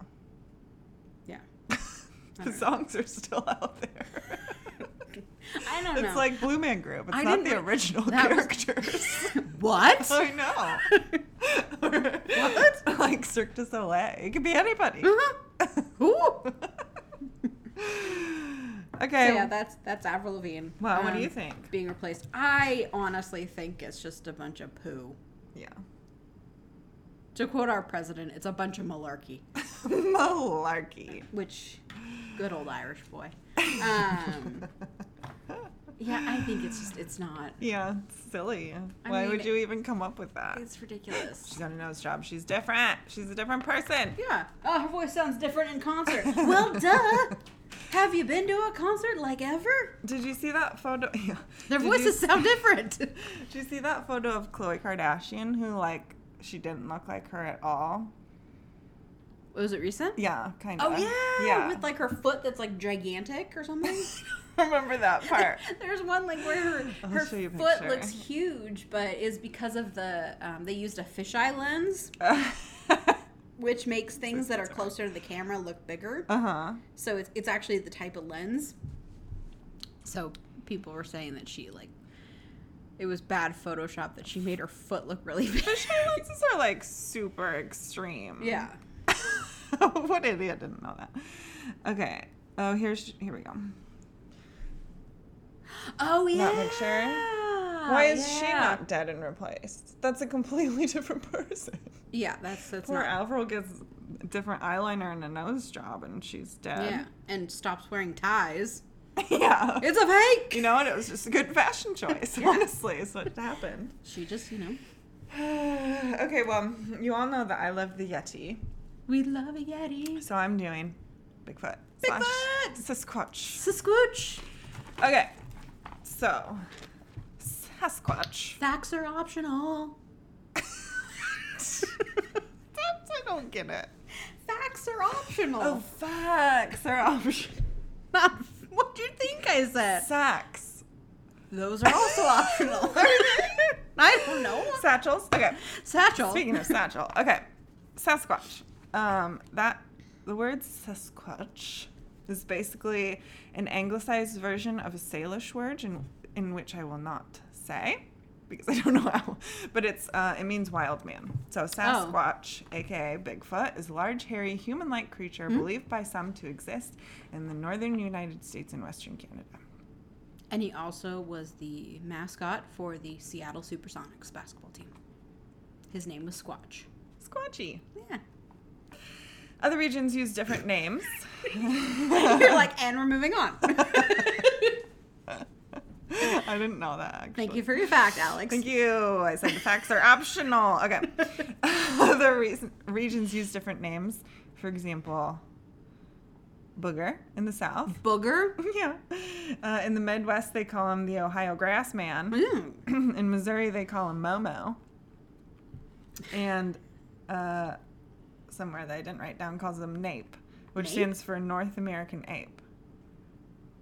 B: *laughs*
A: yeah, *laughs* know.
B: the songs are still out there.
A: *laughs* I don't
B: it's
A: know.
B: like *laughs* Blue Man Group. It's
A: I
B: not
A: didn't
B: the
A: re-
B: original
A: that was-
B: characters.
A: *laughs* what?
B: *laughs* I know. what? *laughs* Like Cirque du Soleil. It could be anybody. *laughs*
A: Uh-huh. Ooh.
B: okay.
A: So yeah, that's that's Avril Lavigne.
B: well, what do
A: um,
B: you think?
A: Being replaced, I honestly think it's just a bunch of poo.
B: Yeah.
A: To quote our president, it's a bunch of malarkey,
B: *laughs* Malarkey.
A: *laughs* which good old Irish boy. Um, Yeah, I think it's just it's not.
B: Yeah, it's silly.
A: I
B: Why
A: mean,
B: would you even come up with that?
A: It's ridiculous.
B: She's got a nose job. She's different. She's a different person.
A: Yeah. Oh, her voice sounds different in *laughs* concert.
B: *laughs*
A: well, duh. Have you been to a concert like ever?
B: Did you see that photo? *laughs* Yeah.
A: Their
B: Did you
A: voices sound different.
B: Did you see that photo of Khloe Kardashian who like she didn't look like her at all?
A: Was it recent?
B: Yeah, kind of.
A: Oh yeah,
B: Yeah.
A: with like her foot that's like gigantic or something.
B: *laughs* Remember that part.
A: *laughs* There's one like where her,
B: *laughs* I'll
A: her
B: show you a
A: foot
B: picture.
A: looks huge, but is because of the um, they used a fisheye lens,
B: *laughs* uh-huh.
A: which makes things that are closer to the camera look bigger. So it's it's actually the type of lens. So people were saying that she like it was bad Photoshop that she made her foot look really big.
B: Fisheye lenses are like super extreme.
A: *laughs* yeah.
B: *laughs* what idiot didn't know that? Okay. Oh, here's here we go.
A: Oh yeah.
B: That picture? Why is she not dead and replaced? That's a completely *laughs* different person.
A: Yeah, that's that's
B: Poor
A: not
B: Avril gets a different eyeliner and a nose job, and she's
A: Yeah,
B: dead.
A: and stops wearing ties.
B: *laughs* Yeah.
A: It's a fake.
B: You know, and it was just a good fashion *laughs* choice, honestly, is what happened. *sighs*
A: She just, you know,
B: okay, well, you all know that I love the Yeti,
A: we love a Yeti.
B: so I'm doing Bigfoot.
A: Bigfoot!
B: Slash Sasquatch.
A: Sasquatch.
B: Okay, so Sasquatch.
A: Facts are optional.
B: That's, I don't get it.
A: Facts are optional.
B: Oh, facts are optional.
A: Oh. *laughs* what do you think I said?
B: Sacks.
A: Those are *laughs* also
B: *laughs*
A: optional. I don't know.
B: Satchels. Okay.
A: Satchel.
B: Speaking of satchel, okay, Sasquatch. Um, that the word Sasquatch is basically an anglicized version of a Salish word, in in which I will not say because I don't know how, but it's uh, it means wild man. So Sasquatch, aka Bigfoot, is a large, hairy, human-like creature believed by some to exist in the northern United States and western Canada.
A: and he also was the mascot for the Seattle Supersonics basketball team. His name was Squatch.
B: Squatchy.
A: Yeah.
B: Other regions use different names. *laughs*
A: You're *laughs* like, *laughs* and we're moving on.
B: *laughs* I didn't know that. Actually.
A: Thank you for your fact, Alex.
B: Thank you. I said the facts are optional. Okay. *laughs* Other reason, regions use different names. For example, booger in the South. *laughs*
A: Booger.
B: yeah. Uh, in the Midwest, they call him the Ohio grass man. *clears throat*
A: Mm.
B: in Missouri, they call him Momo. And uh, somewhere that I didn't write down calls him NAPE, which
A: Nape?
B: stands for North American Ape.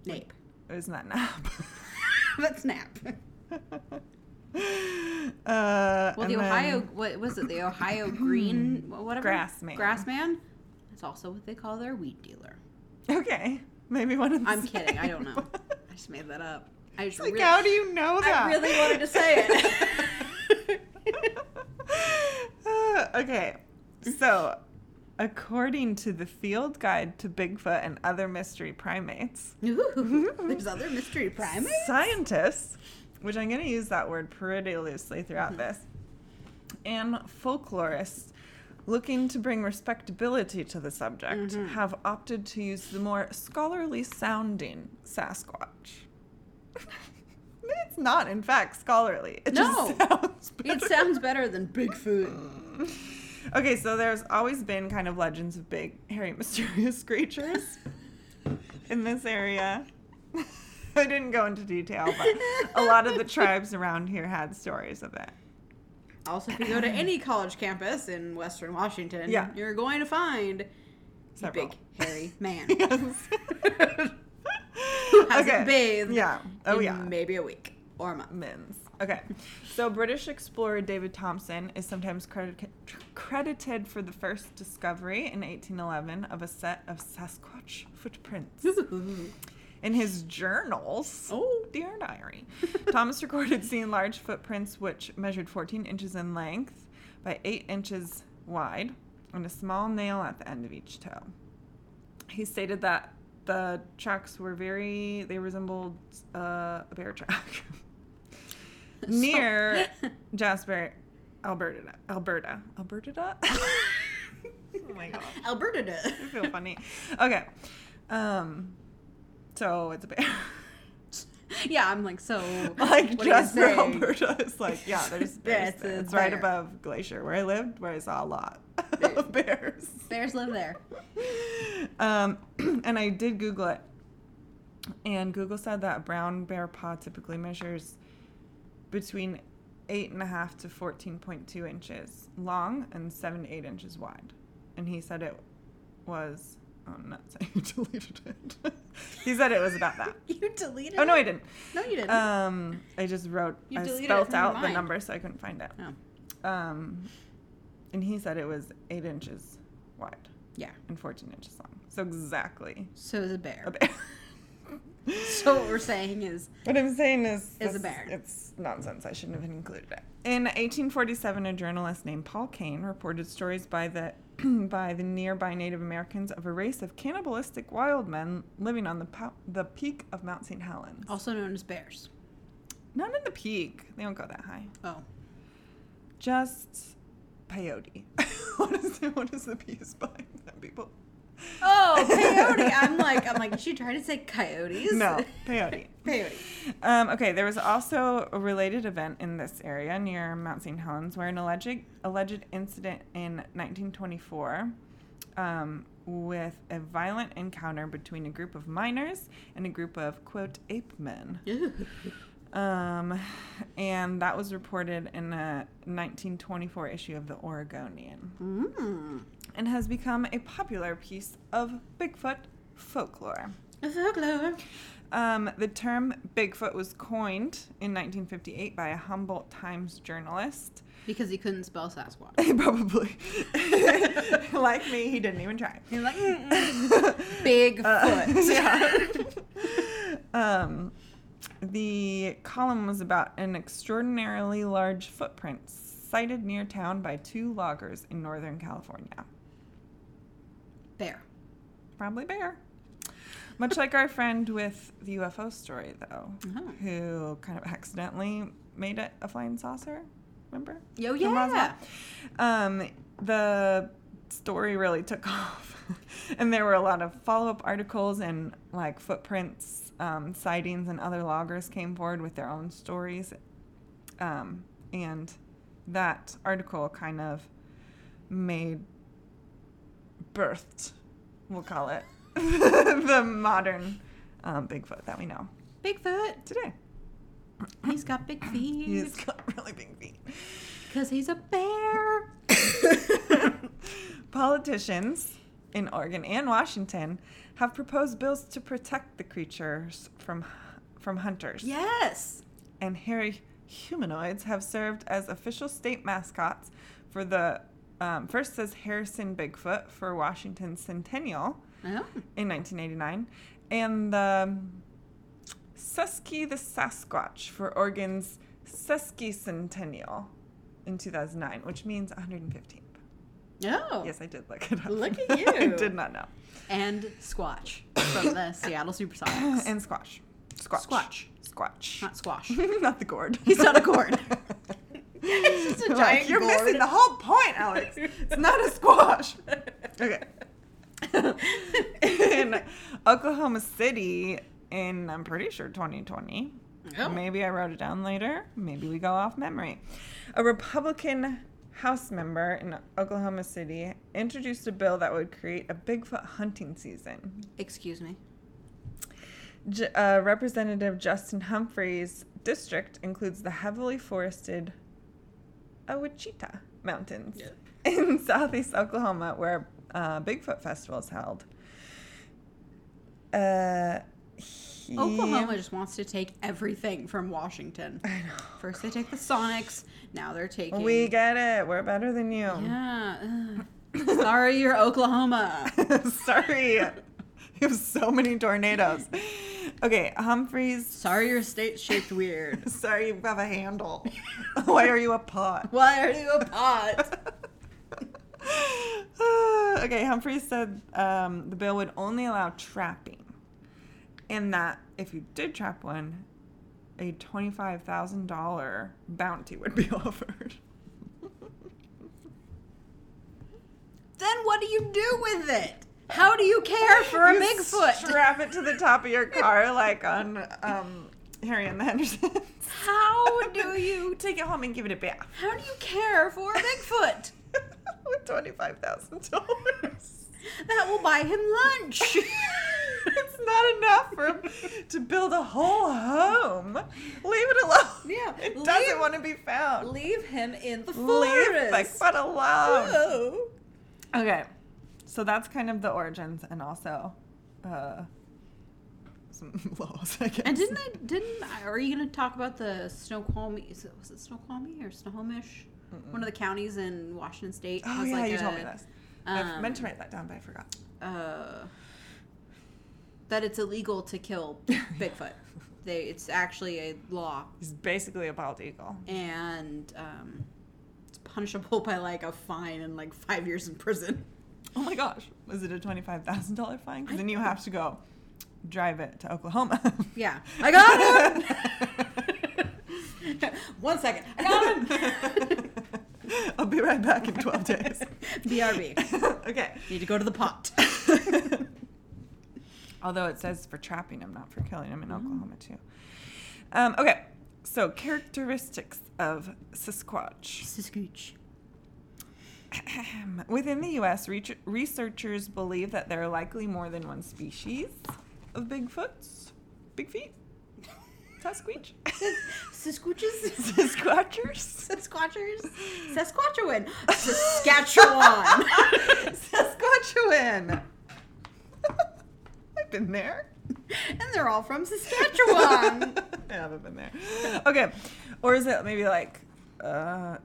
A: Nape.
B: Isn't that *laughs* NAP?
A: *laughs* That's nap.
B: Uh,
A: Well,
B: and
A: the Ohio,
B: then-
A: what was it? The
B: *clears throat*
A: Ohio Green, wha- whatever.
B: Grass man.
A: Grassman. That's also what they call their weed dealer.
B: *laughs* Okay, maybe one of the
A: I'm kidding. I don't
B: same. *laughs*
A: know. I just made that up. I just
B: It's like,
A: really,
B: how do you know that?
A: I really wanted to say
B: *laughs*
A: it.
B: Uh, okay, so according to the Field Guide to Bigfoot and Other Mystery Primates,
A: Ooh,
B: Mm-hmm.
A: there's other mystery primates.
B: scientists, which I'm going to use that word pretty loosely throughout this, and folklorists looking to bring respectability to the subject have opted to use the more scholarly sounding Sasquatch. *laughs* it's not, in fact, scholarly. It
A: No.
B: just *laughs* sounds better.
A: It sounds better than Bigfoot.
B: Okay, so there's always been kind of legends of big, hairy, *laughs* mysterious creatures in this area. *laughs* I didn't go into detail, but a lot of the tribes around here had stories of it.
A: Also, if you
B: *clears throat*
A: go to any college campus in Western Washington,
B: Yeah.
A: you're going to find a
B: Several.
A: big
B: *laughs*
A: hairy man
B: Yes.
A: who hasn't bathed
B: Yeah. Oh,
A: in
B: yeah.
A: maybe a week or a month. *laughs*
B: Mins. Okay. So British explorer David Thompson is sometimes credi- credited for the first discovery in 1811 of a set of Sasquatch footprints. In his journals, *laughs*
A: Oh.
B: dear diary, Thomas recorded seeing large footprints which measured 14 inches in length by 8 inches wide and a small nail at the end of each toe. He stated that the tracks were very, they resembled uh, a bear track. Near Jasper, Alberta. Alberta. Alberta? *laughs* oh my god.
A: *laughs* Alberta.
B: I *laughs* feel funny. Okay. Um, so it's a bear.
A: yeah, I'm like so.
B: like
A: what are you
B: just for
A: saying?
B: Alberta. It's like yeah, there's bears.
A: That's
B: there.
A: a
B: It's right
A: bear.
B: above Glacier where I lived, where I saw a lot *laughs* of bears.
A: Bears live there.
B: Um, *clears throat* and I did Google it, and Google said that a brown bear paw typically measures between eight and a half to fourteen point two inches long and seven to eight inches wide, and he said it was. Oh, I'm *laughs* not saying you deleted it. *laughs* he said it was about that.
A: *laughs* You deleted.
B: Oh no,
A: it?
B: I didn't.
A: No, uh, you didn't.
B: Um, I just wrote.
A: You
B: I
A: deleted it
B: spelt
A: from your
B: out the
A: mind.
B: number, so I couldn't find it.
A: oh,
B: Um, and he said it was eight inches wide
A: yeah.
B: and fourteen inches long. So exactly
A: So is a bear.
B: a bear.
A: *laughs* So what we're saying is
B: *laughs* What I'm saying is,
A: Is a
B: this-
A: bear.
B: It's nonsense. I shouldn't have included it. In 1847, a journalist named Paul Kane reported stories by the *clears throat* by the nearby Native Americans of a race of cannibalistic wild men living on the po- the peak of Mount St. Helens.
A: also known as bears.
B: Not in the peak. They don't go that high.
A: Oh,
B: Just peyote. *laughs* what is the, what is the piece behind that people?
A: oh, peyote. *laughs* I'm like, I'm like, she tried to say coyotes. *laughs*
B: No, peyote.
A: peyote.
B: Um, okay, there was also a related event in this area near Mount St. Helens where an alleged, alleged incident in 1924 um, with a violent encounter between a group of miners and a group of, quote, ape men. Um, and that was reported in a 1924 issue of the Oregonian
A: Mm.
B: and has become a popular piece of Bigfoot folklore.
A: Folklore.
B: Um, the term Bigfoot was coined in 1958 by a Humboldt Times journalist. *laughs*
A: Because he couldn't spell Sasquatch. *laughs*
B: Probably. *laughs* like me, he didn't even try.
A: He's *laughs* like, "Mm-mm." big
B: Uh,
A: *laughs* foot.
B: yeah. um, the column was about an extraordinarily large footprint sighted near town by two loggers in Northern California.
A: Bear.
B: Probably bear. Much like our friend with the UFO story, though,
A: Oh.
B: who kind of accidentally made it a flying saucer. Remember?
A: Yo,
B: From
A: Oh, yeah.
B: Roswell? Um, the story really took *laughs* off, and there were a lot of follow-up articles and like footprints, um, sightings, and other loggers came forward with their own stories, um, and that article kind of made birthed, we'll call it, *laughs* the modern um, Bigfoot that we know
A: Bigfoot.
B: today.
A: He's got *laughs* big
B: He's
A: feet.
B: got *laughs* really big feet.
A: Because he's a bear.
B: Politicians in Oregon and Washington have proposed bills to protect the creatures from from hunters.
A: Yes.
B: And hairy humanoids have served as official state mascots for the um, first says Harrison Bigfoot for Washington's centennial
A: Oh.
B: in 1989, and the Susky the Sasquatch for Oregon's Sesquicentennial in 2009, which means 115th.
A: Oh.
B: Yes, I did look it up.
A: Look at
B: *laughs* I
A: you. *clears throat*
B: did not know.
A: And Squatch from
B: *coughs*
A: the Seattle Supersonics.
B: And squash. Squatch.
A: Squatch.
B: Squatch.
A: Not Squash.
B: *laughs* not the gourd.
A: He's not a
B: *laughs*
A: gourd. it's just a
B: Like,
A: giant
B: You're missing the whole point, Alex. It's not a
A: *laughs*
B: squash. Okay. in Oklahoma City in I'm pretty sure 2020.
A: Oh.
B: Maybe I wrote it down later. Maybe we go off memory. A Republican House member in Oklahoma City introduced a bill that would create a Bigfoot hunting season.
A: Excuse me.
B: J- uh, Representative Justin Humphrey's district includes the heavily forested Ouachita Mountains
A: Yeah.
B: in *laughs* southeast Oklahoma, where uh, Bigfoot Festival is held. Uh, he-
A: Oklahoma just wants to take everything from Washington.
B: I know.
A: First they take the Sonics. Now they're taking.
B: We get it. We're better than you.
A: Yeah. ugh. Sorry, you're
B: *laughs*
A: Oklahoma.
B: Sorry. *laughs* You have so many tornadoes. Okay, Humphreys.
A: Sorry, your state's shaped weird.
B: Sorry, you have a handle. *laughs* Why are you a pot?
A: Why are you a pot?
B: *sighs* okay, Humphreys said um, the bill would only allow trapping, and that if you did trap one, a twenty-five thousand dollar bounty would be *laughs* offered.
A: Then what do you do with it? How do you care for a
B: *laughs* You
A: Bigfoot?
B: Strap it to the top of your car, like on um, Harry and the Hendersons. *laughs*
A: How do you?
B: Take it home and give it a bath. *laughs*
A: How do you care for Bigfoot?
B: With twenty-five thousand dollars.
A: That will buy him lunch.
B: *laughs* it's not enough for him to build a whole home. Leave it alone.
A: Yeah,
B: *laughs* It
A: leave-
B: doesn't want to be found.
A: Leave him in the
B: Leave
A: forest.
B: Bigfoot alone.
A: Whoa.
B: Okay. So that's kind of the origins and also uh, some *laughs* laws, I guess.
A: And didn't they? Didn't are you going to talk about the Snoqualmie? Is it, was it Snoqualmie or Snohomish? One of the counties in Washington State.
B: Oh,
A: has
B: yeah,
A: like
B: you
A: a-
B: told me this. I
A: um,
B: meant to write that down, but I forgot.
A: uh, that it's illegal to
B: *laughs*
A: kill Bigfoot. They, it's actually a law,
B: He's basically a bald eagle.
A: and um, it's punishable *laughs* by like a fine and like five years in prison.
B: Oh my gosh. Was it a $25,000 fine? Because then you have to go drive it to Oklahoma.
A: *laughs* Yeah, I
B: *laughs*
A: got him. *laughs* One second, I *laughs* got him.
B: I'll be right back in 12 days.
A: BRB.
B: okay.
A: Need to go to the pot.
B: Although it says for trapping him, not for killing him in Oklahoma, too. Um, okay. So, characteristics of Sasquatch. *clears throat*
A: Scooch.
B: Within the U.S., reach- researchers believe that there are likely more than one species of Bigfoots, Big Feet, Sasquatch,
A: Sasquatches?
B: *laughs*
A: *laughs*
B: Sasquatchers,
A: Sasquatchers? Sasquatchewan. *laughs* Saskatchewan.
B: *laughs* Sasquatchewan. I've been there.
A: and they're all from *laughs*
B: *laughs*
A: Saskatchewan.
B: I haven't been there. Okay, or is it maybe like uh,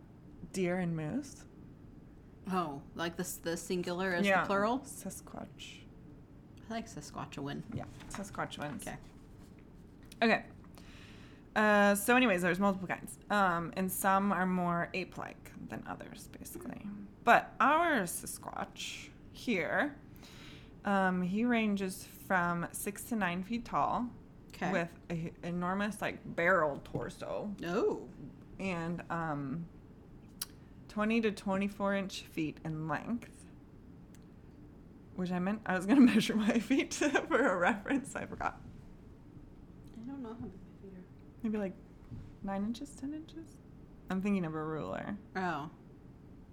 B: deer and moose?
A: Oh, like the, the singular as
B: Yeah.
A: the plural?
B: Sasquatch.
A: I like Saskatchewan.
B: Yeah, Sasquatchewans.
A: Okay.
B: Okay. Uh, so, anyways, there's multiple kinds, um, and some are more ape-like than others, basically. But our Sasquatch here, um, he ranges from six to nine feet tall,
A: Okay.
B: with an enormous like barrel torso
A: Oh.
B: and um, twenty to twenty-four inch feet in length. Which I meant I was gonna *laughs* measure my feet for a reference. I forgot.
A: I don't know how big my feet
B: Maybe like nine inches, ten inches. I'm thinking of a ruler.
A: are. Oh.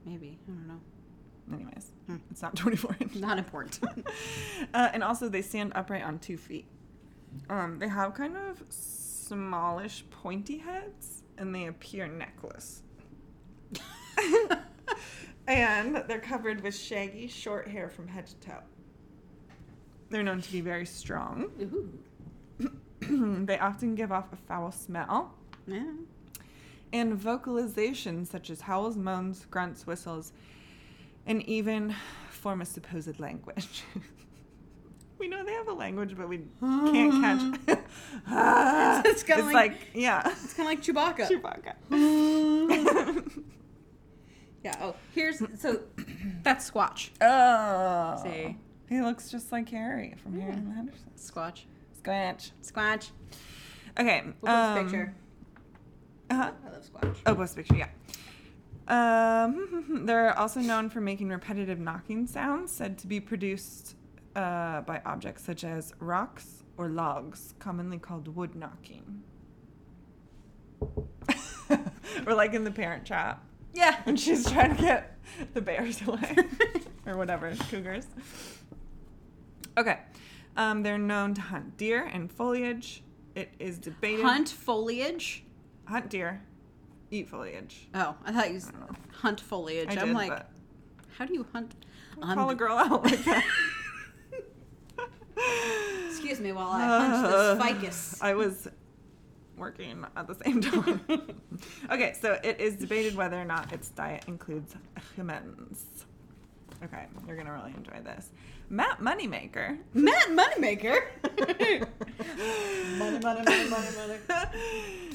A: Maybe. I don't know. *laughs*
B: Anyways,
A: Hmm.
B: it's not 24 inches.
A: Not important. *laughs*
B: uh, and also, they stand upright on two feet. Um, they have kind of smallish, pointy heads, and they appear necklace. and they're covered with shaggy, short hair from head to toe. They're known to be very strong. *clears throat*
A: Ooh.
B: they often give off a foul smell.
A: Yeah.
B: and vocalizations such as howls, moans, grunts, whistles, and even form a supposed language. *laughs* we know they have a language, but we can't
A: *laughs*
B: catch.
A: It's kinda like-
B: it's like yeah,
A: It's kind of like *laughs* Chewbacca.
B: Chewbacca.
A: *laughs* yeah. Oh, here's so *coughs* that's Squatch.
B: Oh,
A: See.
B: he looks just like Harry from Harry and the Hendersons.
A: Squatch.
B: Scratch.
A: Squatch.
B: Okay.
A: We'll post a
B: um,
A: picture.
B: Uh-huh.
A: I love Squatch.
B: Oh, post picture, yeah. Um, *laughs* they're also known for making repetitive knocking sounds said to be produced uh, by objects such as rocks or logs, commonly called wood knocking. *laughs* or like in the parent trap
A: Yeah.
B: when she's trying to get the
A: *laughs*
B: bears away or whatever, cougars. Okay. Um, they're known to hunt deer and foliage. It is debated.
A: Hunt foliage.
B: hunt deer, eat foliage.
A: Oh, I thought you s-
B: I don't know.
A: hunt foliage.
B: I
A: I'm
B: did,
A: like,
B: but
A: how do you hunt? um,
B: I'll call a girl
A: *laughs*
B: out like that.
A: Excuse me while I
B: *laughs*
A: hunt this ficus.
B: Uh, I was working at the same *laughs* time. okay, so it is debated whether or not its diet includes humans. Okay, you're gonna really enjoy this. Matt Moneymaker
A: Matt
B: *laughs*
A: Moneymaker. money, money, money, money, money.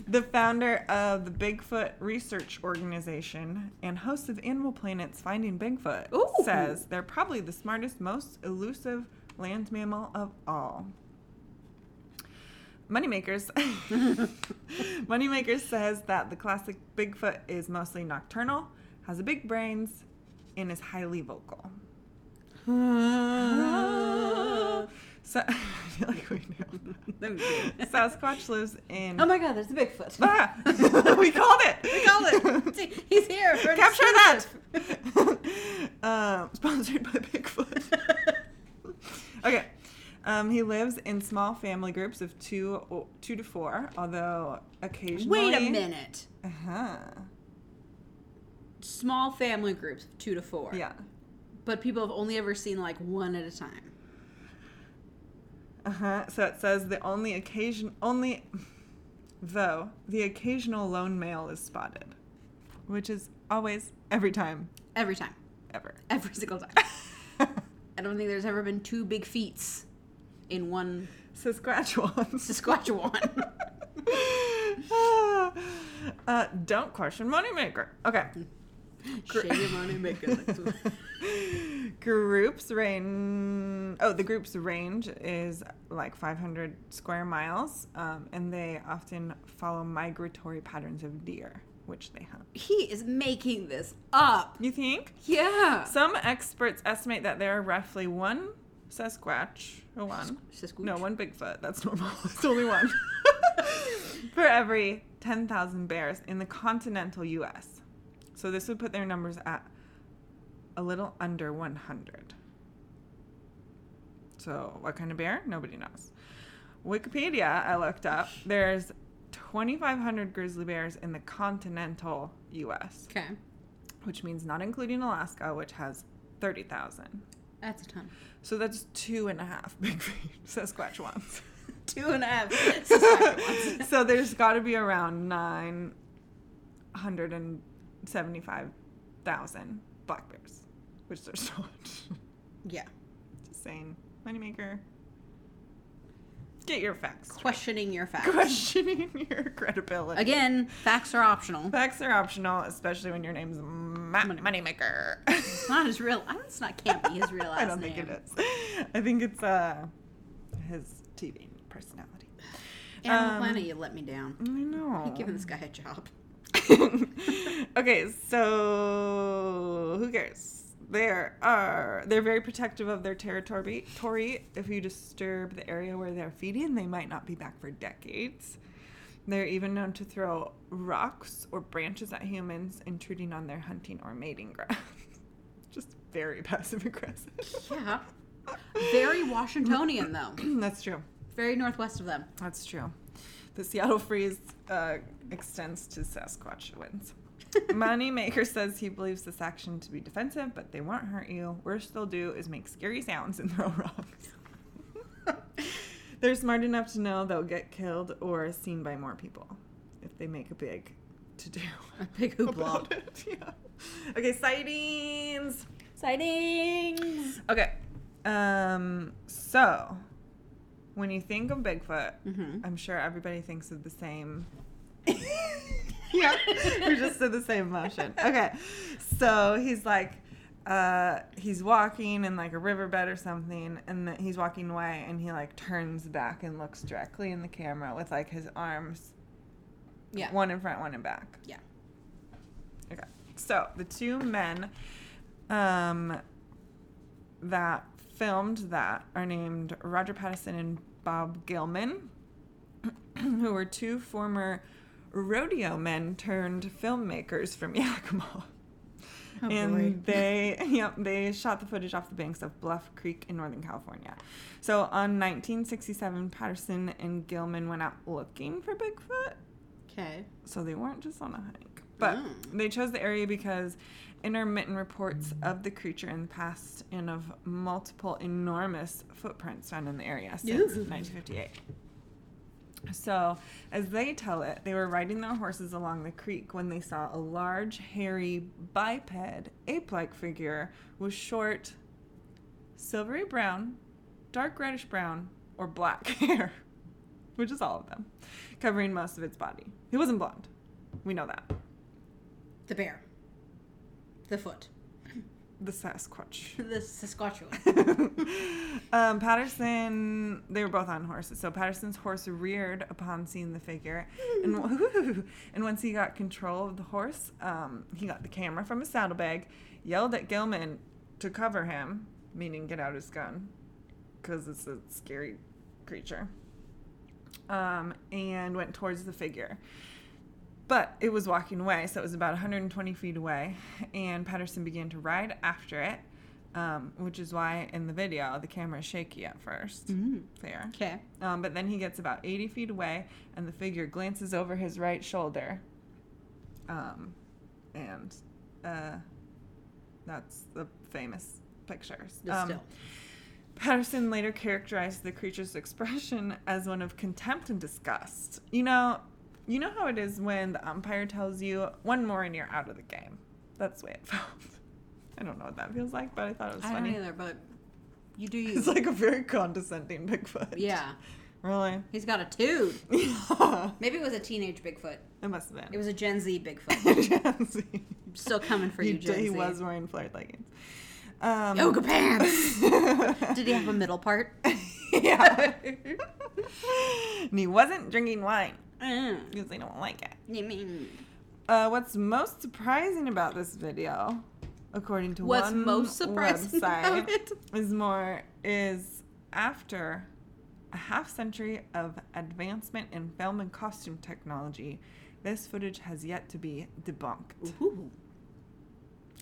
B: *laughs* the founder of the Bigfoot Research Organization and host of Animal Planet's Finding Bigfoot,
A: Ooh.
B: says they're probably the smartest, most elusive land mammal of all. Moneymakers. *laughs* Moneymakers says that the classic Bigfoot is mostly nocturnal, has a big brains, *laughs* and is highly vocal. Sa- I feel like we know.
A: That would be good.
B: Sasquatch lives in.
A: Oh my god, there's a Bigfoot.
B: Ah! *laughs* we called it.
A: *laughs* we call *laughs* it. See, He's here. For an
B: Capture that.
A: exclusive.
B: *laughs* um, sponsored by Bigfoot.
A: *laughs*
B: okay. Um, he lives in small family groups of two, or two to four, although occasionally.
A: Wait a minute.
B: Uh huh.
A: Small family groups, two to four.
B: Yeah.
A: But people have only ever seen like one at a time.
B: Uh huh. So it says the only occasion, only though the occasional lone male is spotted, which is always every time
A: Every time.
B: ever.
A: Every single *laughs* time. I don't think there's ever been two big feats in one *laughs*
B: Saskatchewan.
A: Saskatchewan.
B: *laughs* uh, don't question moneymaker. Okay. *laughs*
A: Shave your money, make it. *laughs*
B: groups range. Oh, the group's range is like 500 square miles, um, and they often follow migratory patterns of deer, which they hunt.
A: He is making this up.
B: You think?
A: Yeah.
B: Some experts estimate that there are roughly one Sasquatch, or one.
A: Sasquatch.
B: No, one Bigfoot. That's normal. *laughs* It's only one. For every 10,000 bears in the continental US. So this would put their numbers at a little under 100. So, what kind of bear? Nobody knows. Wikipedia, I looked up, there's 2,500 grizzly bears in the continental US,
A: Okay.
B: which means not including Alaska, which has 30,000.
A: That's a ton.
B: So that's two and a half *laughs* big Sasquatch ones.
A: Two and a half *laughs* Saskatchewans.
B: so there's got to be around 975,000 black bears, which there's not.
A: yeah.
B: *laughs* Just saying. Moneymaker. Get your facts. straight.
A: Questioning your facts.
B: *laughs* Questioning your credibility.
A: Again, facts are optional.
B: Facts are optional, especially when your name's Ma- Moneymaker.
A: It's not his real. I don't- It's not can't be his real last
B: *laughs* I don't
A: name.
B: think it is. I think it's uh, his TV personality.
A: Animal
B: Um,
A: Planet, you let me down.
B: I know.
A: You're giving this guy a
B: *laughs*
A: job.
B: okay, so who cares? There are they're very protective of their territory. Tory, if you disturb the area where they're feeding, they might not be back for decades. They're even known to throw rocks or branches at humans, intruding on their hunting or mating grounds. *laughs* Just very *laughs* passive aggressive. *clears throat*
A: Yeah. Very Washingtonian though.
B: That's true.
A: Very northwest of them.
B: That's true. The Seattle freeze uh, extends to Sasquatchewans. *laughs* Moneymaker says he believes this action to be defensive, but they won't hurt you. Worst they'll do is make scary sounds and *laughs* throw rocks. *laughs* They're smart enough to know they'll get killed or seen by more people if they make a big to do
A: A big hoopla.
B: *laughs* about it. Yeah. Okay, sightings.
A: Sightings.
B: Okay. Um, so when you think of Bigfoot,
A: Mhm.
B: I'm sure everybody thinks of the same. yeah, we just did the same motion. Okay, so he's like, uh, he's walking in like a riverbed or something, and then he's walking away, and he like turns back and looks directly in the camera with like his arms,
A: Yeah.
B: one in front, one in back.
A: Yeah.
B: Okay. So the two men um, that filmed that are named Roger Patterson and Bob Gilman, *clears throat* who were two former rodeo men turned filmmakers from *laughs* Yakima.
A: Oh,
B: and they *laughs* yep, they shot the footage off the banks of Bluff Creek in Northern California. So on 1967, Patterson and Gilman went out looking for Bigfoot
A: Okay.
B: so they weren't just on a hike. But they chose the area because intermittent reports of the creature in the past and of multiple enormous footprints found in the area since
A: Ooh.
B: 1958. So, as they tell it, they were riding their horses along the creek when they saw a large, hairy, biped, ape like figure with short, silvery brown, dark reddish brown, or black *laughs* hair, which is all of them, covering most of its body. He wasn't blonde. We know that.
A: The bear. The foot.
B: The Sasquatch.
A: The *laughs* Saskatchewan.
B: um, Patterson, they were both on horses. So Patterson's horse reared upon seeing the figure, and *laughs* and once he got control of the horse, um, he got the camera from his saddlebag, yelled at Gilman to cover him, meaning get out his gun, because it's a scary creature. Um, and went towards the figure. But it was walking away, so it was about 120 feet away, and Patterson began to ride after it, um, which is why in the video the camera is shaky at 1st
A: Mm-hmm.
B: Fair.
A: Okay.
B: Um, but then he gets about 80 feet away, and the figure glances over his right shoulder. Um, and uh, that's the famous pictures.
A: But
B: Um,
A: still.
B: Patterson later characterized the creature's expression as one of contempt and disgust. You know, you know how it is when the umpire tells you one more and you're out of the game. That's the way it *laughs* felt. I don't know what that feels like, but I thought it was
A: I
B: funny. *laughs*
A: don't either, but you do
B: It's
A: you.
B: like a very condescending Bigfoot.
A: yeah.
B: *laughs* Really?
A: He's got a toad.
B: Yeah.
A: Maybe it was a teenage Bigfoot.
B: It must have
A: It
B: *laughs* been.
A: was a Gen Z Bigfoot.
B: Jazzy.
A: I'm still coming for you,
B: he,
A: Gen
B: did- he
A: Z.
B: was wearing flared leggings. Um, *laughs*
A: Yoga pants. *laughs* Did he have a middle part?
B: yeah. *laughs* and he wasn't drinking wine
A: Mm,
B: because they don't like it.
A: you mean
B: Uh, what's most surprising about this video, according to
A: what's
B: one
A: most surprising
B: website,
A: about it?
B: is more is after a half century of advancement in film and costume technology, this footage has yet to be debunked.
A: Ooh.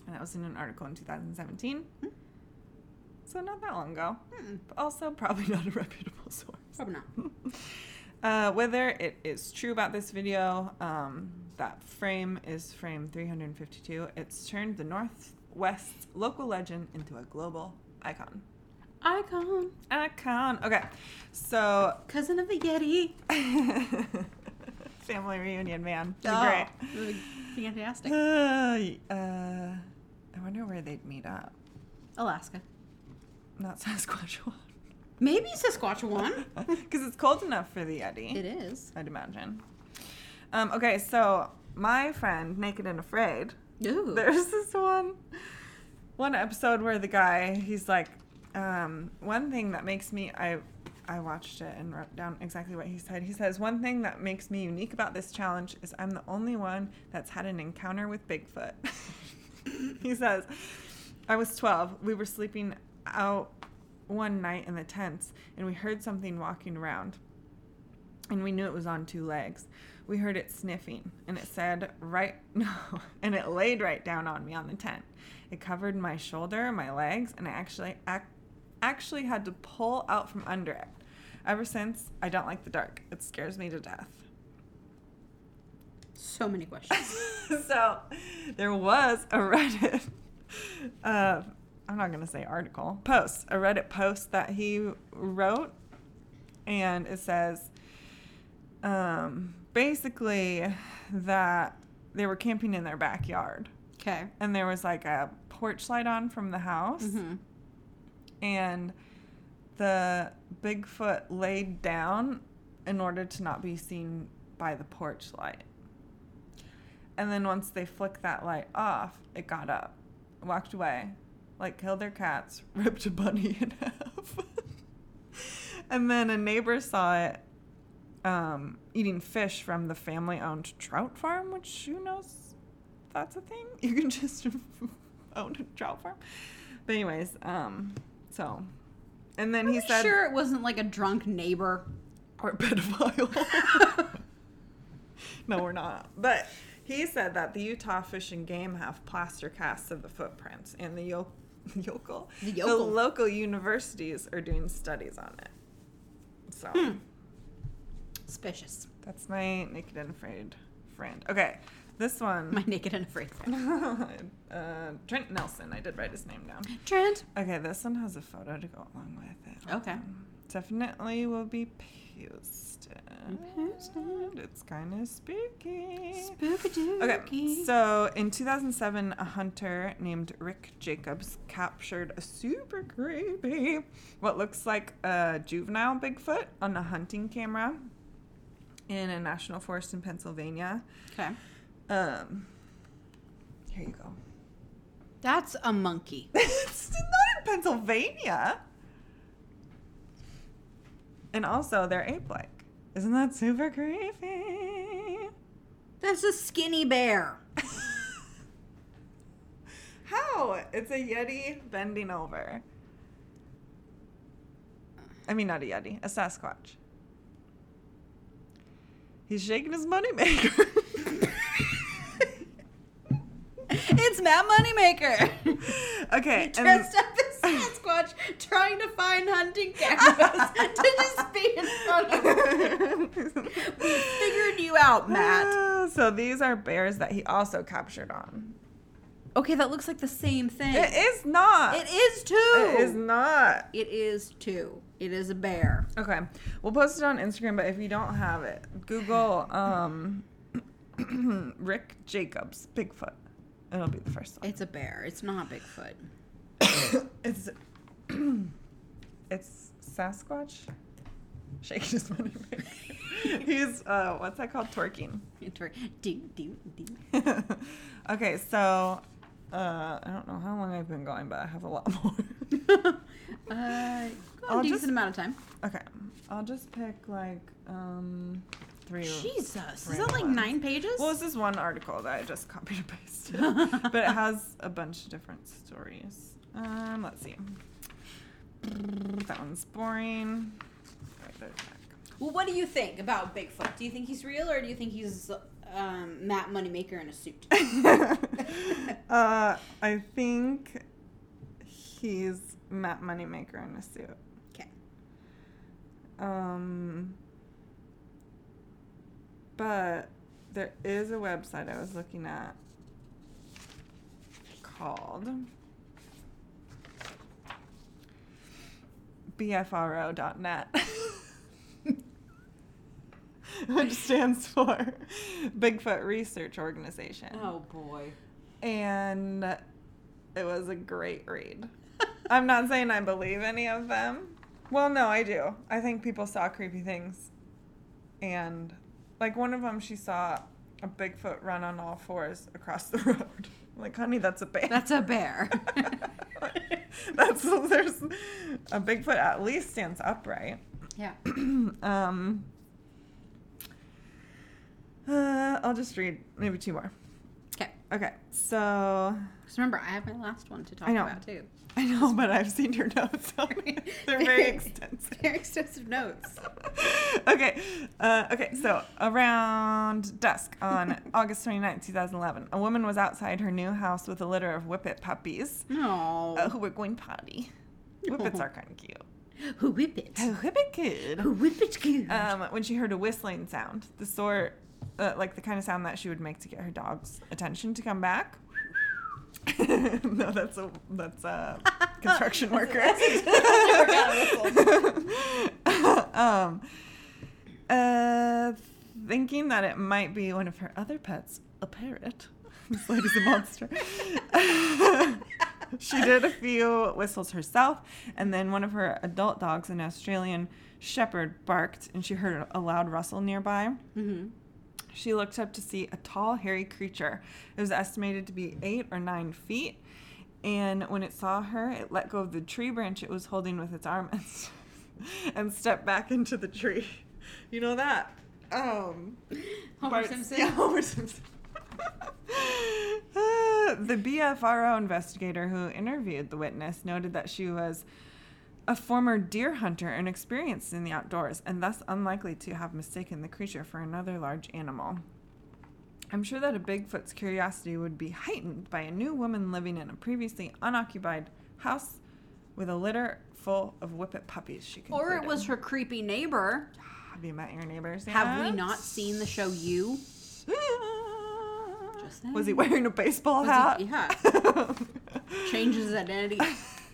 B: And that was in an article in 2017.
A: Hmm.
B: So not that long ago. But also probably *laughs* not a reputable source.
A: Probably not.
B: Uh, whether it is true about this video, um, that frame is frame 352. It's turned the Northwest local legend into a global icon.
A: Icon.
B: Icon. Okay, so *laughs*
A: Cousin of the Yeti.
B: family reunion, man. They're
A: Oh.
B: Great.
A: Great. Fantastic.
B: Uh, uh, I wonder where they'd meet up.
A: Alaska.
B: Not *laughs* Saskatchewan,
A: Maybe Saskatchewan.
B: because it's cold enough for the Yeti.
A: it is.
B: I'd imagine. Um, okay, so my friend, Naked and Afraid,
A: Ooh.
B: there's this one one episode where the guy he's like, um, one thing that makes me I I watched it and wrote down exactly what he said. He says, One thing that makes me unique about this challenge is I'm the only one that's had an encounter with Bigfoot. *laughs* he says, I was 12. We were sleeping out one night in the tents and we heard something walking around and we knew it was on two legs. We heard it sniffing, and it said right *laughs* no, and it laid right down on me on the tent. It covered my shoulder, my legs, and I actually ac- actually had to pull out from under it. Ever since, I don't like the dark. It scares me to death.
A: So many questions.
B: *laughs* so, there was a Reddit. *laughs* Uh, I'm not gonna say article post a Reddit post that he wrote, and it says um, basically that they were camping in their backyard
A: Okay.
B: and there was like a porch light on from the house
A: Mm-hmm.
B: and the bigfoot laid down in order to not be seen by the porch light and then once they flicked that light off it got up walked away like killed their cats *laughs* ripped a bunny in *laughs* half and then a neighbor saw it um, eating fish from the family owned trout farm, which who knows if that's a thing. *laughs* You can just own a trout farm. But, anyways, um, so. And then
A: Are
B: he
A: you
B: said,
A: sure it wasn't like a drunk neighbor?
B: or *laughs* pedophile. *laughs* no, we're not. But he said that the Utah Fish and Game have plaster casts of the footprints, and the yo- *laughs* yokel,
A: The yokel.
B: local universities are doing studies on it. So.
A: Suspicious.
B: That's my naked and afraid friend. Okay, this one,
A: My naked and afraid friend.
B: *laughs* uh, Trent Nelson. I did write his name down.
A: Trent.
B: Okay, this one has a photo to go along with it. Hold
A: Okay.
B: on. Definitely will be posted. It's kind of spooky.
A: Spooky
B: Okay, so in 2007, a hunter named Rick Jacobs captured a super creepy, what looks like a juvenile Bigfoot on a hunting camera in a national forest in Pennsylvania.
A: okay.
B: Um, here you go.
A: That's a monkey.
B: *laughs* it's not in Pennsylvania. And also, they're ape-like. Isn't that super creepy?
A: That's a skinny bear.
B: How? It's a Yeti bending over. I mean, not a Yeti, a Sasquatch. He's shaking his moneymaker.
A: *laughs* It's Matt
B: *laughs*
A: Moneymaker.
B: *laughs* okay. and-
A: Dressed up
B: *laughs*
A: as Sasquatch, trying to find hunting cameras *laughs* to just be in front
B: *laughs*
A: of him. *laughs* We figured you out,
B: *laughs*
A: Matt.
B: Ah, So these are bears that he also captured on.
A: Okay, that looks like the same thing.
B: It is not.
A: It is two.
B: It is not.
A: It is two. It is a bear.
B: Okay. We'll post it on Instagram, but if you don't have it, Google um, *coughs* Rick Jacobs Bigfoot. It'll be the first one.
A: It's a bear. It's not Bigfoot.
B: *coughs* It's *coughs* it's Sasquatch. *laughs* Shaking his money. *laughs* He's uh, what's that called? Twerking. *laughs*
A: Inter- ding, ding, ding. *laughs*
B: okay, so uh, I don't know how long I've been going, but I have a lot *laughs* more.
A: Uh,
B: I'll
A: a decent
B: just-
A: amount of time.
B: okay, I'll just pick like um, three.
A: Jesus, is
B: random
A: that like
B: ones.
A: nine pages?
B: Well, it's just one article that I just *laughs* copied and pasted, but it has a bunch of different stories. Um, let's see. That one's boring. Right, there's that.
A: Well, what do you think about Bigfoot? Do you think he's real, or do you think he's um, Matt Moneymaker in a suit?
B: uh, I think he's Matt Moneymaker in a suit.
A: Okay.
B: Um, but there is a website I was looking at called *laughs* bfro.net. Which stands for Bigfoot Research Organization.
A: Oh boy.
B: And it was a great read. I'm not saying I believe any of them. Well, no, I do. I think people saw creepy things. And like one of them, she saw a Bigfoot run on all fours across the *laughs* road. I'm like, honey, that's a bear.
A: That's a *laughs* bear.
B: *laughs* that's there's a Bigfoot at least stands upright. *clears throat*
A: yeah.
B: Um, uh, I'll just read maybe two more.
A: Okay.
B: Okay, so
A: Because remember, I have my last one to talk
B: I know.
A: about too.
B: I know, but I've seen your *laughs* notes. on it. They're very extensive. *laughs*
A: Very extensive notes.
B: okay. Uh, okay, so around dusk *laughs* on August 29, 2011, a woman was outside her new house with a litter of whippet puppies
A: No.
B: uh, who were going potty. Whippets are kind of cute.
A: Who whip it?
B: *laughs* A whippet kid.
A: Who whip it? Good.
B: Um, when she heard a whistling sound, the sort, uh, like the kind of sound that she would make to get her dog's attention to come back. *laughs* no, that's a that's a construction worker. *laughs* um, uh, thinking that it might be one of her other pets, a parrot. *laughs* This lady's a monster. *laughs* she did a few whistles herself, and then one of her adult dogs, an Australian Shepherd, barked, and she heard a loud rustle nearby.
A: mm-hmm.
B: She looked up to see a tall, hairy creature. It was estimated to be eight or nine feet. And when it saw her, it let go of the tree branch it was holding with its arm *laughs* and, s- and stepped back into the tree. You know that? Um,
A: Homer
B: Bart-
A: Simpson?
B: Yeah, *laughs* Homer Simpson. Uh, the BFRO investigator who interviewed the witness noted that she was a former deer hunter and experienced in the outdoors, and thus unlikely to have mistaken the creature for another large animal. I'm sure that a Bigfoot's curiosity would be heightened by a new woman living in a previously unoccupied house with a litter full of whippet puppies. She
A: Or
B: concluded.
A: it was her creepy neighbor.
B: Have you met your neighbors?
A: Have we
B: yet?
A: not seen the show You? Just
B: Was he
A: saying.
B: wearing a baseball
A: Was
B: hat?
A: he-
B: *laughs*
A: Changes his identity.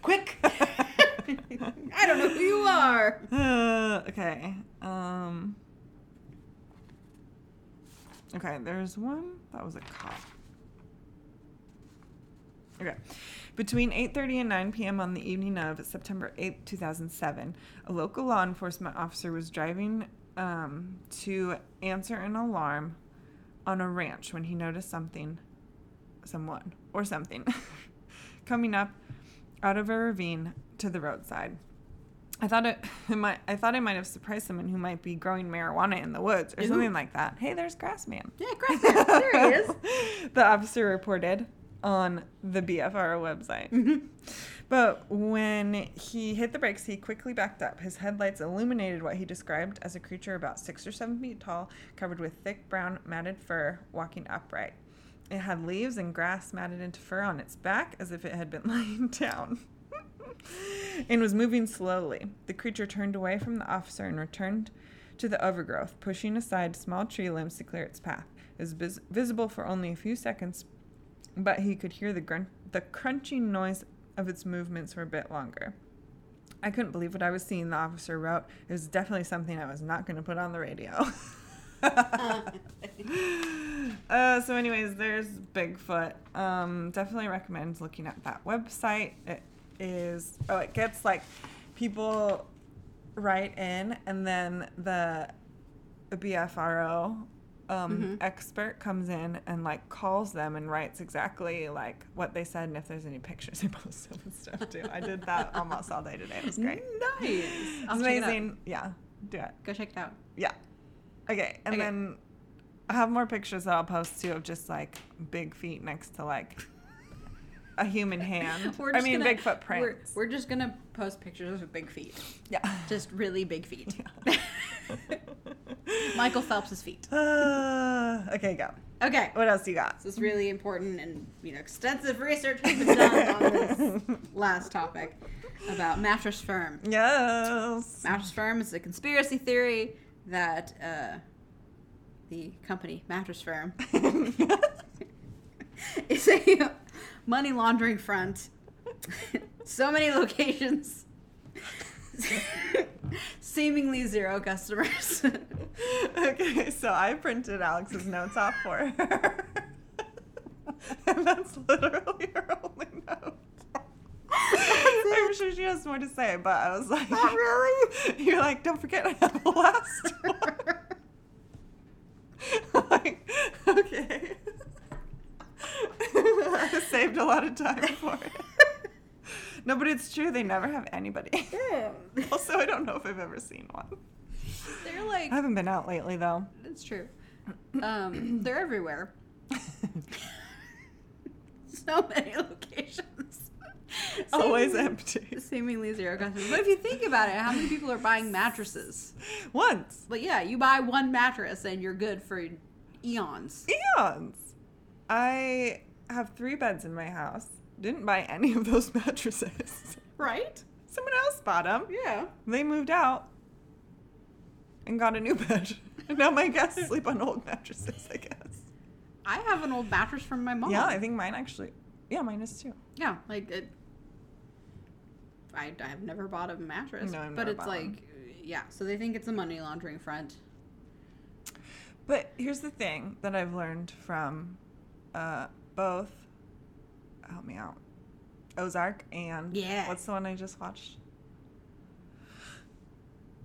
A: Quick! I don't know who you are.
B: Uh, *laughs* okay. Um. Okay, there's one that was a cop. Okay. Between 8:30 and 9 p.m. on the evening of September 8, 2007, a local law enforcement officer was driving um, to answer an alarm on a ranch when he noticed something, someone or something, *laughs* coming up out of a ravine to the roadside. I thought it, *laughs* it might. I thought it might have surprised someone who might be growing marijuana in the woods or
A: Ooh.
B: something like that. Hey, there's Grassman.
A: *laughs* Yeah, Grassman. There he is.
B: the officer reported. on the BFR website.
A: Mhm.
B: But when he hit the brakes, he quickly backed up. His headlights illuminated what he described as a creature about six or seven feet tall, covered with thick brown matted fur, walking upright. It had leaves and grass matted into fur on its back as if it had been *laughs* lying down *laughs* and was moving slowly. The creature turned away from the officer and returned to the overgrowth, pushing aside small tree limbs to clear its path. It was vis- visible for only a few seconds, but he could hear the, grun- the crunching noise of its movements for a bit longer. I couldn't believe what I was seeing, the officer wrote. It was definitely something I was not going to put on the radio. *laughs*
A: Um,
B: uh, so, anyways, there's Bigfoot. Um, definitely recommend looking at that website. It is, oh, it gets like people write in, and then the BFRO um,
A: Mm-hmm.
B: expert comes in and like calls them and writes exactly like what they said and if there's any pictures *laughs* they post them and stuff too. I did that almost all day today. It was great.
A: Nice.
B: It's
A: I'll check it out.
B: amazing. Yeah, do it.
A: Go check it out.
B: Yeah. Okay, and
A: Okay.
B: then I have more pictures that I'll post too of just like big feet next to like
A: *laughs*
B: a human hand. I mean,
A: gonna-
B: big footprints.
A: We're, we're just gonna post pictures of big feet,
B: yeah.
A: just really big *laughs* feet. Michael Phelps's feet.
B: Uh, okay, go.
A: Okay,
B: What else you got?
A: this is really important, and you know, extensive research has been done on *laughs* this last topic about mattress firm.
B: Yes. *laughs*
A: Mattress Firm is a conspiracy theory that uh, the company Mattress Firm *laughs* is a money laundering front. *laughs* so many locations, *laughs* seemingly zero customers.
B: okay, so I printed Alex's notes off for her. *laughs* and that's literally her only note. I'm sure she has more to say, but
A: *laughs*
B: I was like, *laughs* Not really? You're like, don't forget I have the last
A: *laughs*
B: one. *laughs* like, okay. *laughs* I saved a lot of time for it. *laughs* No, but it's true, they never have anybody. *laughs* also, I don't know if I've ever seen one.
A: *laughs* They're like,
B: I haven't been out lately though. *laughs*
A: it's true. Um, they're everywhere. so many locations. *laughs*
B: Always
A: Seemingly-
B: empty.
A: Seemingly zero customers. But if you think about it, how many people are buying mattresses?
B: Once.
A: But yeah, you buy one mattress and you're good for eons.
B: Eons. I have three beds in my house. Didn't buy any of those *laughs* mattresses.
A: Right?
B: Someone else bought them.
A: Yeah.
B: They moved out and got a new bed. *laughs* And now my guests sleep on old mattresses, I guess.
A: I have an old mattress from my mom.
B: Yeah, I think mine actually. Yeah, mine is too.
A: Yeah, like it. I, I've never bought a mattress.
B: No, I've
A: but
B: never
A: it's
B: bought
A: like,
B: one.
A: yeah, so they think it's a money laundering front.
B: But here's the thing that I've learned from uh, both. Help me out. Ozark and
A: Yeah.
B: What's the one I just watched?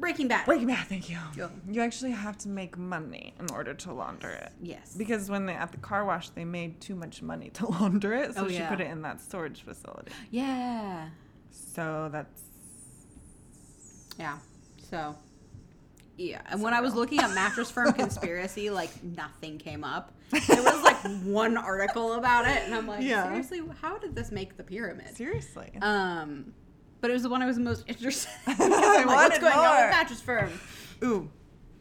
A: Breaking Bad.
B: Breaking Bad. Thank you.
A: Yeah.
B: You actually have to make money in order to launder it.
A: Yes.
B: Because when they at the car wash, they made too much money to *laughs* launder it, so
A: Oh,
B: she
A: yeah.
B: put it in that storage facility.
A: yeah.
B: So that's
A: Yeah. So, yeah. And when I was looking at mattress
B: *laughs*
A: firm conspiracy, like nothing came up. There was
B: *laughs*
A: like one article about it, and I'm like,
B: Yeah.
A: seriously, how did this make the pyramid?
B: seriously.
A: Um, but it was the one I was most
B: *laughs*
A: interested. in. *laughs*
B: I
A: I'm like, what's
B: wanted
A: going on
B: more."
A: with mattress firm?
B: Ooh,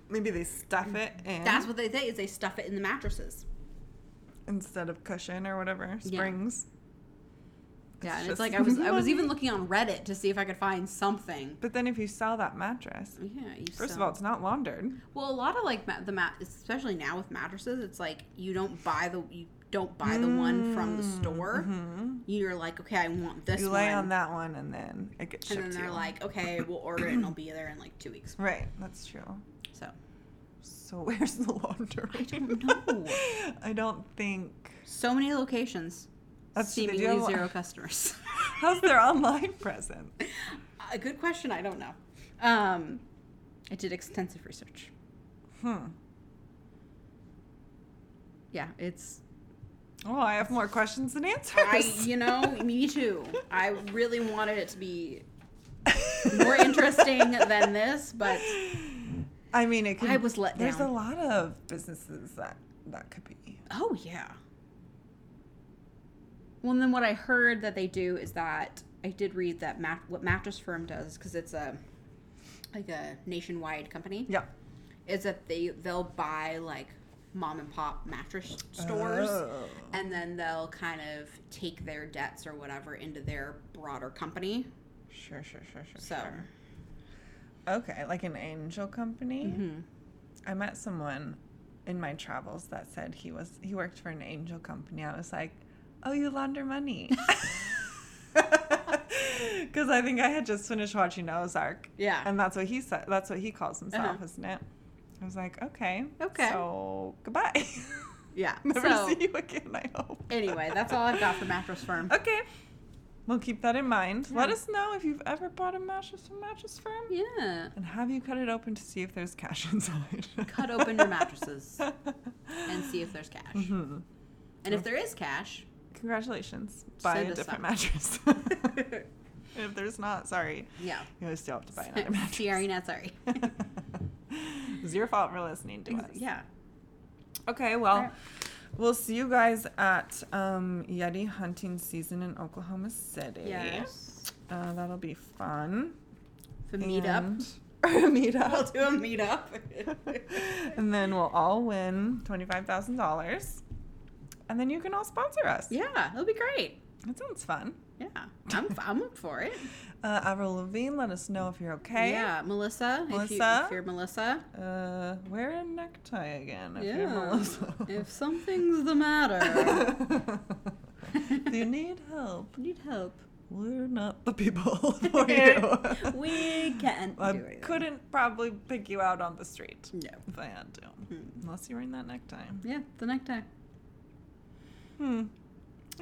B: maybe they stuff it in
A: That's what they say is they stuff it in the mattresses.
B: instead of cushion or whatever
A: Yeah.
B: springs.
A: Yeah, and
B: just
A: it's
B: *laughs*
A: like I was I was
B: money.
A: even looking on Reddit to see if I could find something.
B: But then if you sell that mattress,
A: Yeah, you
B: first of
A: sell-
B: all, it's not laundered.
A: Well, a lot of like ma- the mat, especially now with mattresses, it's like you don't buy the you don't buy the one from the store. You're like, okay, I want Mm-hmm. this
B: Mm, mm-hmm. You
A: one,
B: lay on that one, and then it gets
A: and
B: shipped
A: then
B: to
A: they're
B: you.
A: like, okay, we'll order it and it'll be there in like two weeks.
B: right, that's true.
A: So
B: So *laughs* where's the laundry? I
A: don't know.
B: *laughs* I don't think.
A: so many locations,
B: That's true, they do
A: seemingly
B: have a-
A: zero customers.
B: *laughs* How's their online presence?
A: a good question. I don't know. Um, I did extensive research.
B: Hmm.
A: Yeah, it's
B: Well, Oh, I have more questions than answers.
A: I.
B: *laughs*
A: You know, me too. I really wanted it to be more interesting than this, but
B: I mean, it could.
A: I was let
B: There's
A: down.
B: a lot of businesses that that could be.
A: Oh yeah. Oh, Well, and then what I heard that they do is that I did read that mat- what Mattress Firm does because it's a like a nationwide company
B: Yeah.
A: is that they they'll buy like mom and pop mattress stores
B: Oh.
A: and then they'll kind of take their debts or whatever into their broader company.
B: Sure, sure, sure, sure.
A: So
B: sure. Okay, like an angel company.
A: mhm.
B: I met someone in my travels that said he was he worked for an angel company. I was like, "Oh, you launder
A: *laughs*
B: money." *laughs* Cuz I think I had just finished watching Ozark.
A: Yeah.
B: And that's what he said. That's what he calls himself,
A: Uh-huh.
B: isn't it? I was like, "Okay."
A: Okay.
B: So, goodbye. *laughs*
A: yeah.
B: Never
A: so
B: see you again, I hope.
A: anyway, that's all I've got for Mattress
B: *laughs*
A: Firm.
B: Okay. We'll keep that in mind. Let
A: Yeah.
B: us know if you've ever bought a mattress from Mattress Firm.
A: Yeah.
B: And have you cut it open to see if there's cash *laughs* inside?
A: Cut open
B: *laughs*
A: your mattresses and see if there's cash.
B: Mhm.
A: And if there is
B: *laughs*
A: cash,
B: Congratulations. Buy
A: Send
B: a
A: us
B: different
A: some.
B: mattress. *laughs* if there's not, sorry.
A: yeah.
B: You always still have to buy another
A: Sorry,
B: *laughs* mattress.
A: not sorry.
B: it's your fault for listening to us.
A: *laughs* Yeah.
B: Okay, well,
A: Alright.
B: we'll see you guys at um, Yeti hunting season in Oklahoma City.
A: Yes.
B: Uh, that'll be fun.
A: For meetup. *laughs*
B: And- *laughs*
A: meet up. We'll do a meetup.
B: and then we'll all win $25,000. And then you can all sponsor us.
A: yeah, it'll be great.
B: That sounds fun.
A: Yeah, I'm I'm up for it.
B: Uh, Avril Lavigne, let us know if you're *laughs* okay.
A: Yeah, Melissa. If, you,
B: Melissa?
A: if you're Melissa,
B: Uh, wear a necktie again if you're
A: Yeah.
B: Melissa.
A: *laughs*
B: *laughs*
A: if uh, something's the matter,
B: if you need help,
A: you need help,
B: we're not the
A: *laughs*
B: people *laughs* for you.
A: we can't
B: I
A: do it.
B: couldn't probably pick you out on the street
A: No.
B: if I had to,
A: Hmm.
B: unless you're in that necktie.
A: Yeah, the necktie.
B: Hmm.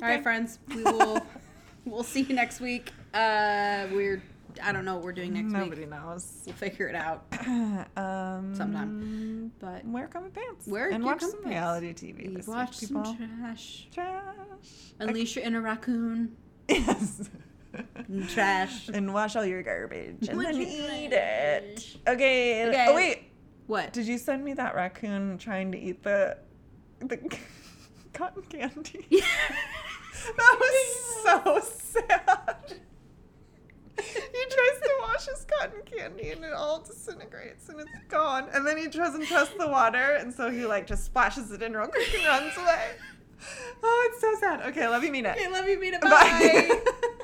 A: All right,
B: Okay.
A: friends. We will *laughs* we'll see you next week. Uh, we're I don't know what we're doing next
B: Nobody
A: week.
B: knows.
A: We'll figure it out.
B: um,
A: Sometime. But
B: Wear comfy pants.
A: Wear
B: and
A: your
B: watch some
A: comfy
B: reality TV.
A: we
B: this week,
A: watch some
B: people.
A: trash.
B: trash.
A: Unleash your inner raccoon.
B: Yes.
A: and Trash.
B: *laughs* and wash all your garbage and
A: Watch
B: then
A: Mm. your
B: eat
A: trash.
B: it. Okay.
A: Okay.
B: Oh wait,
A: What? *laughs*
B: did you send me that raccoon trying to eat the the *laughs* cotton candy? *laughs* That was so sad. He tries to wash his cotton candy and it all disintegrates and it's gone. And then he doesn't trust the water and so he like just splashes it in real *laughs* quick and runs away. Oh, it's so sad. Okay, love you, mean it.
A: okay, love you, Mina. *laughs* Bye.
B: Bye. *laughs*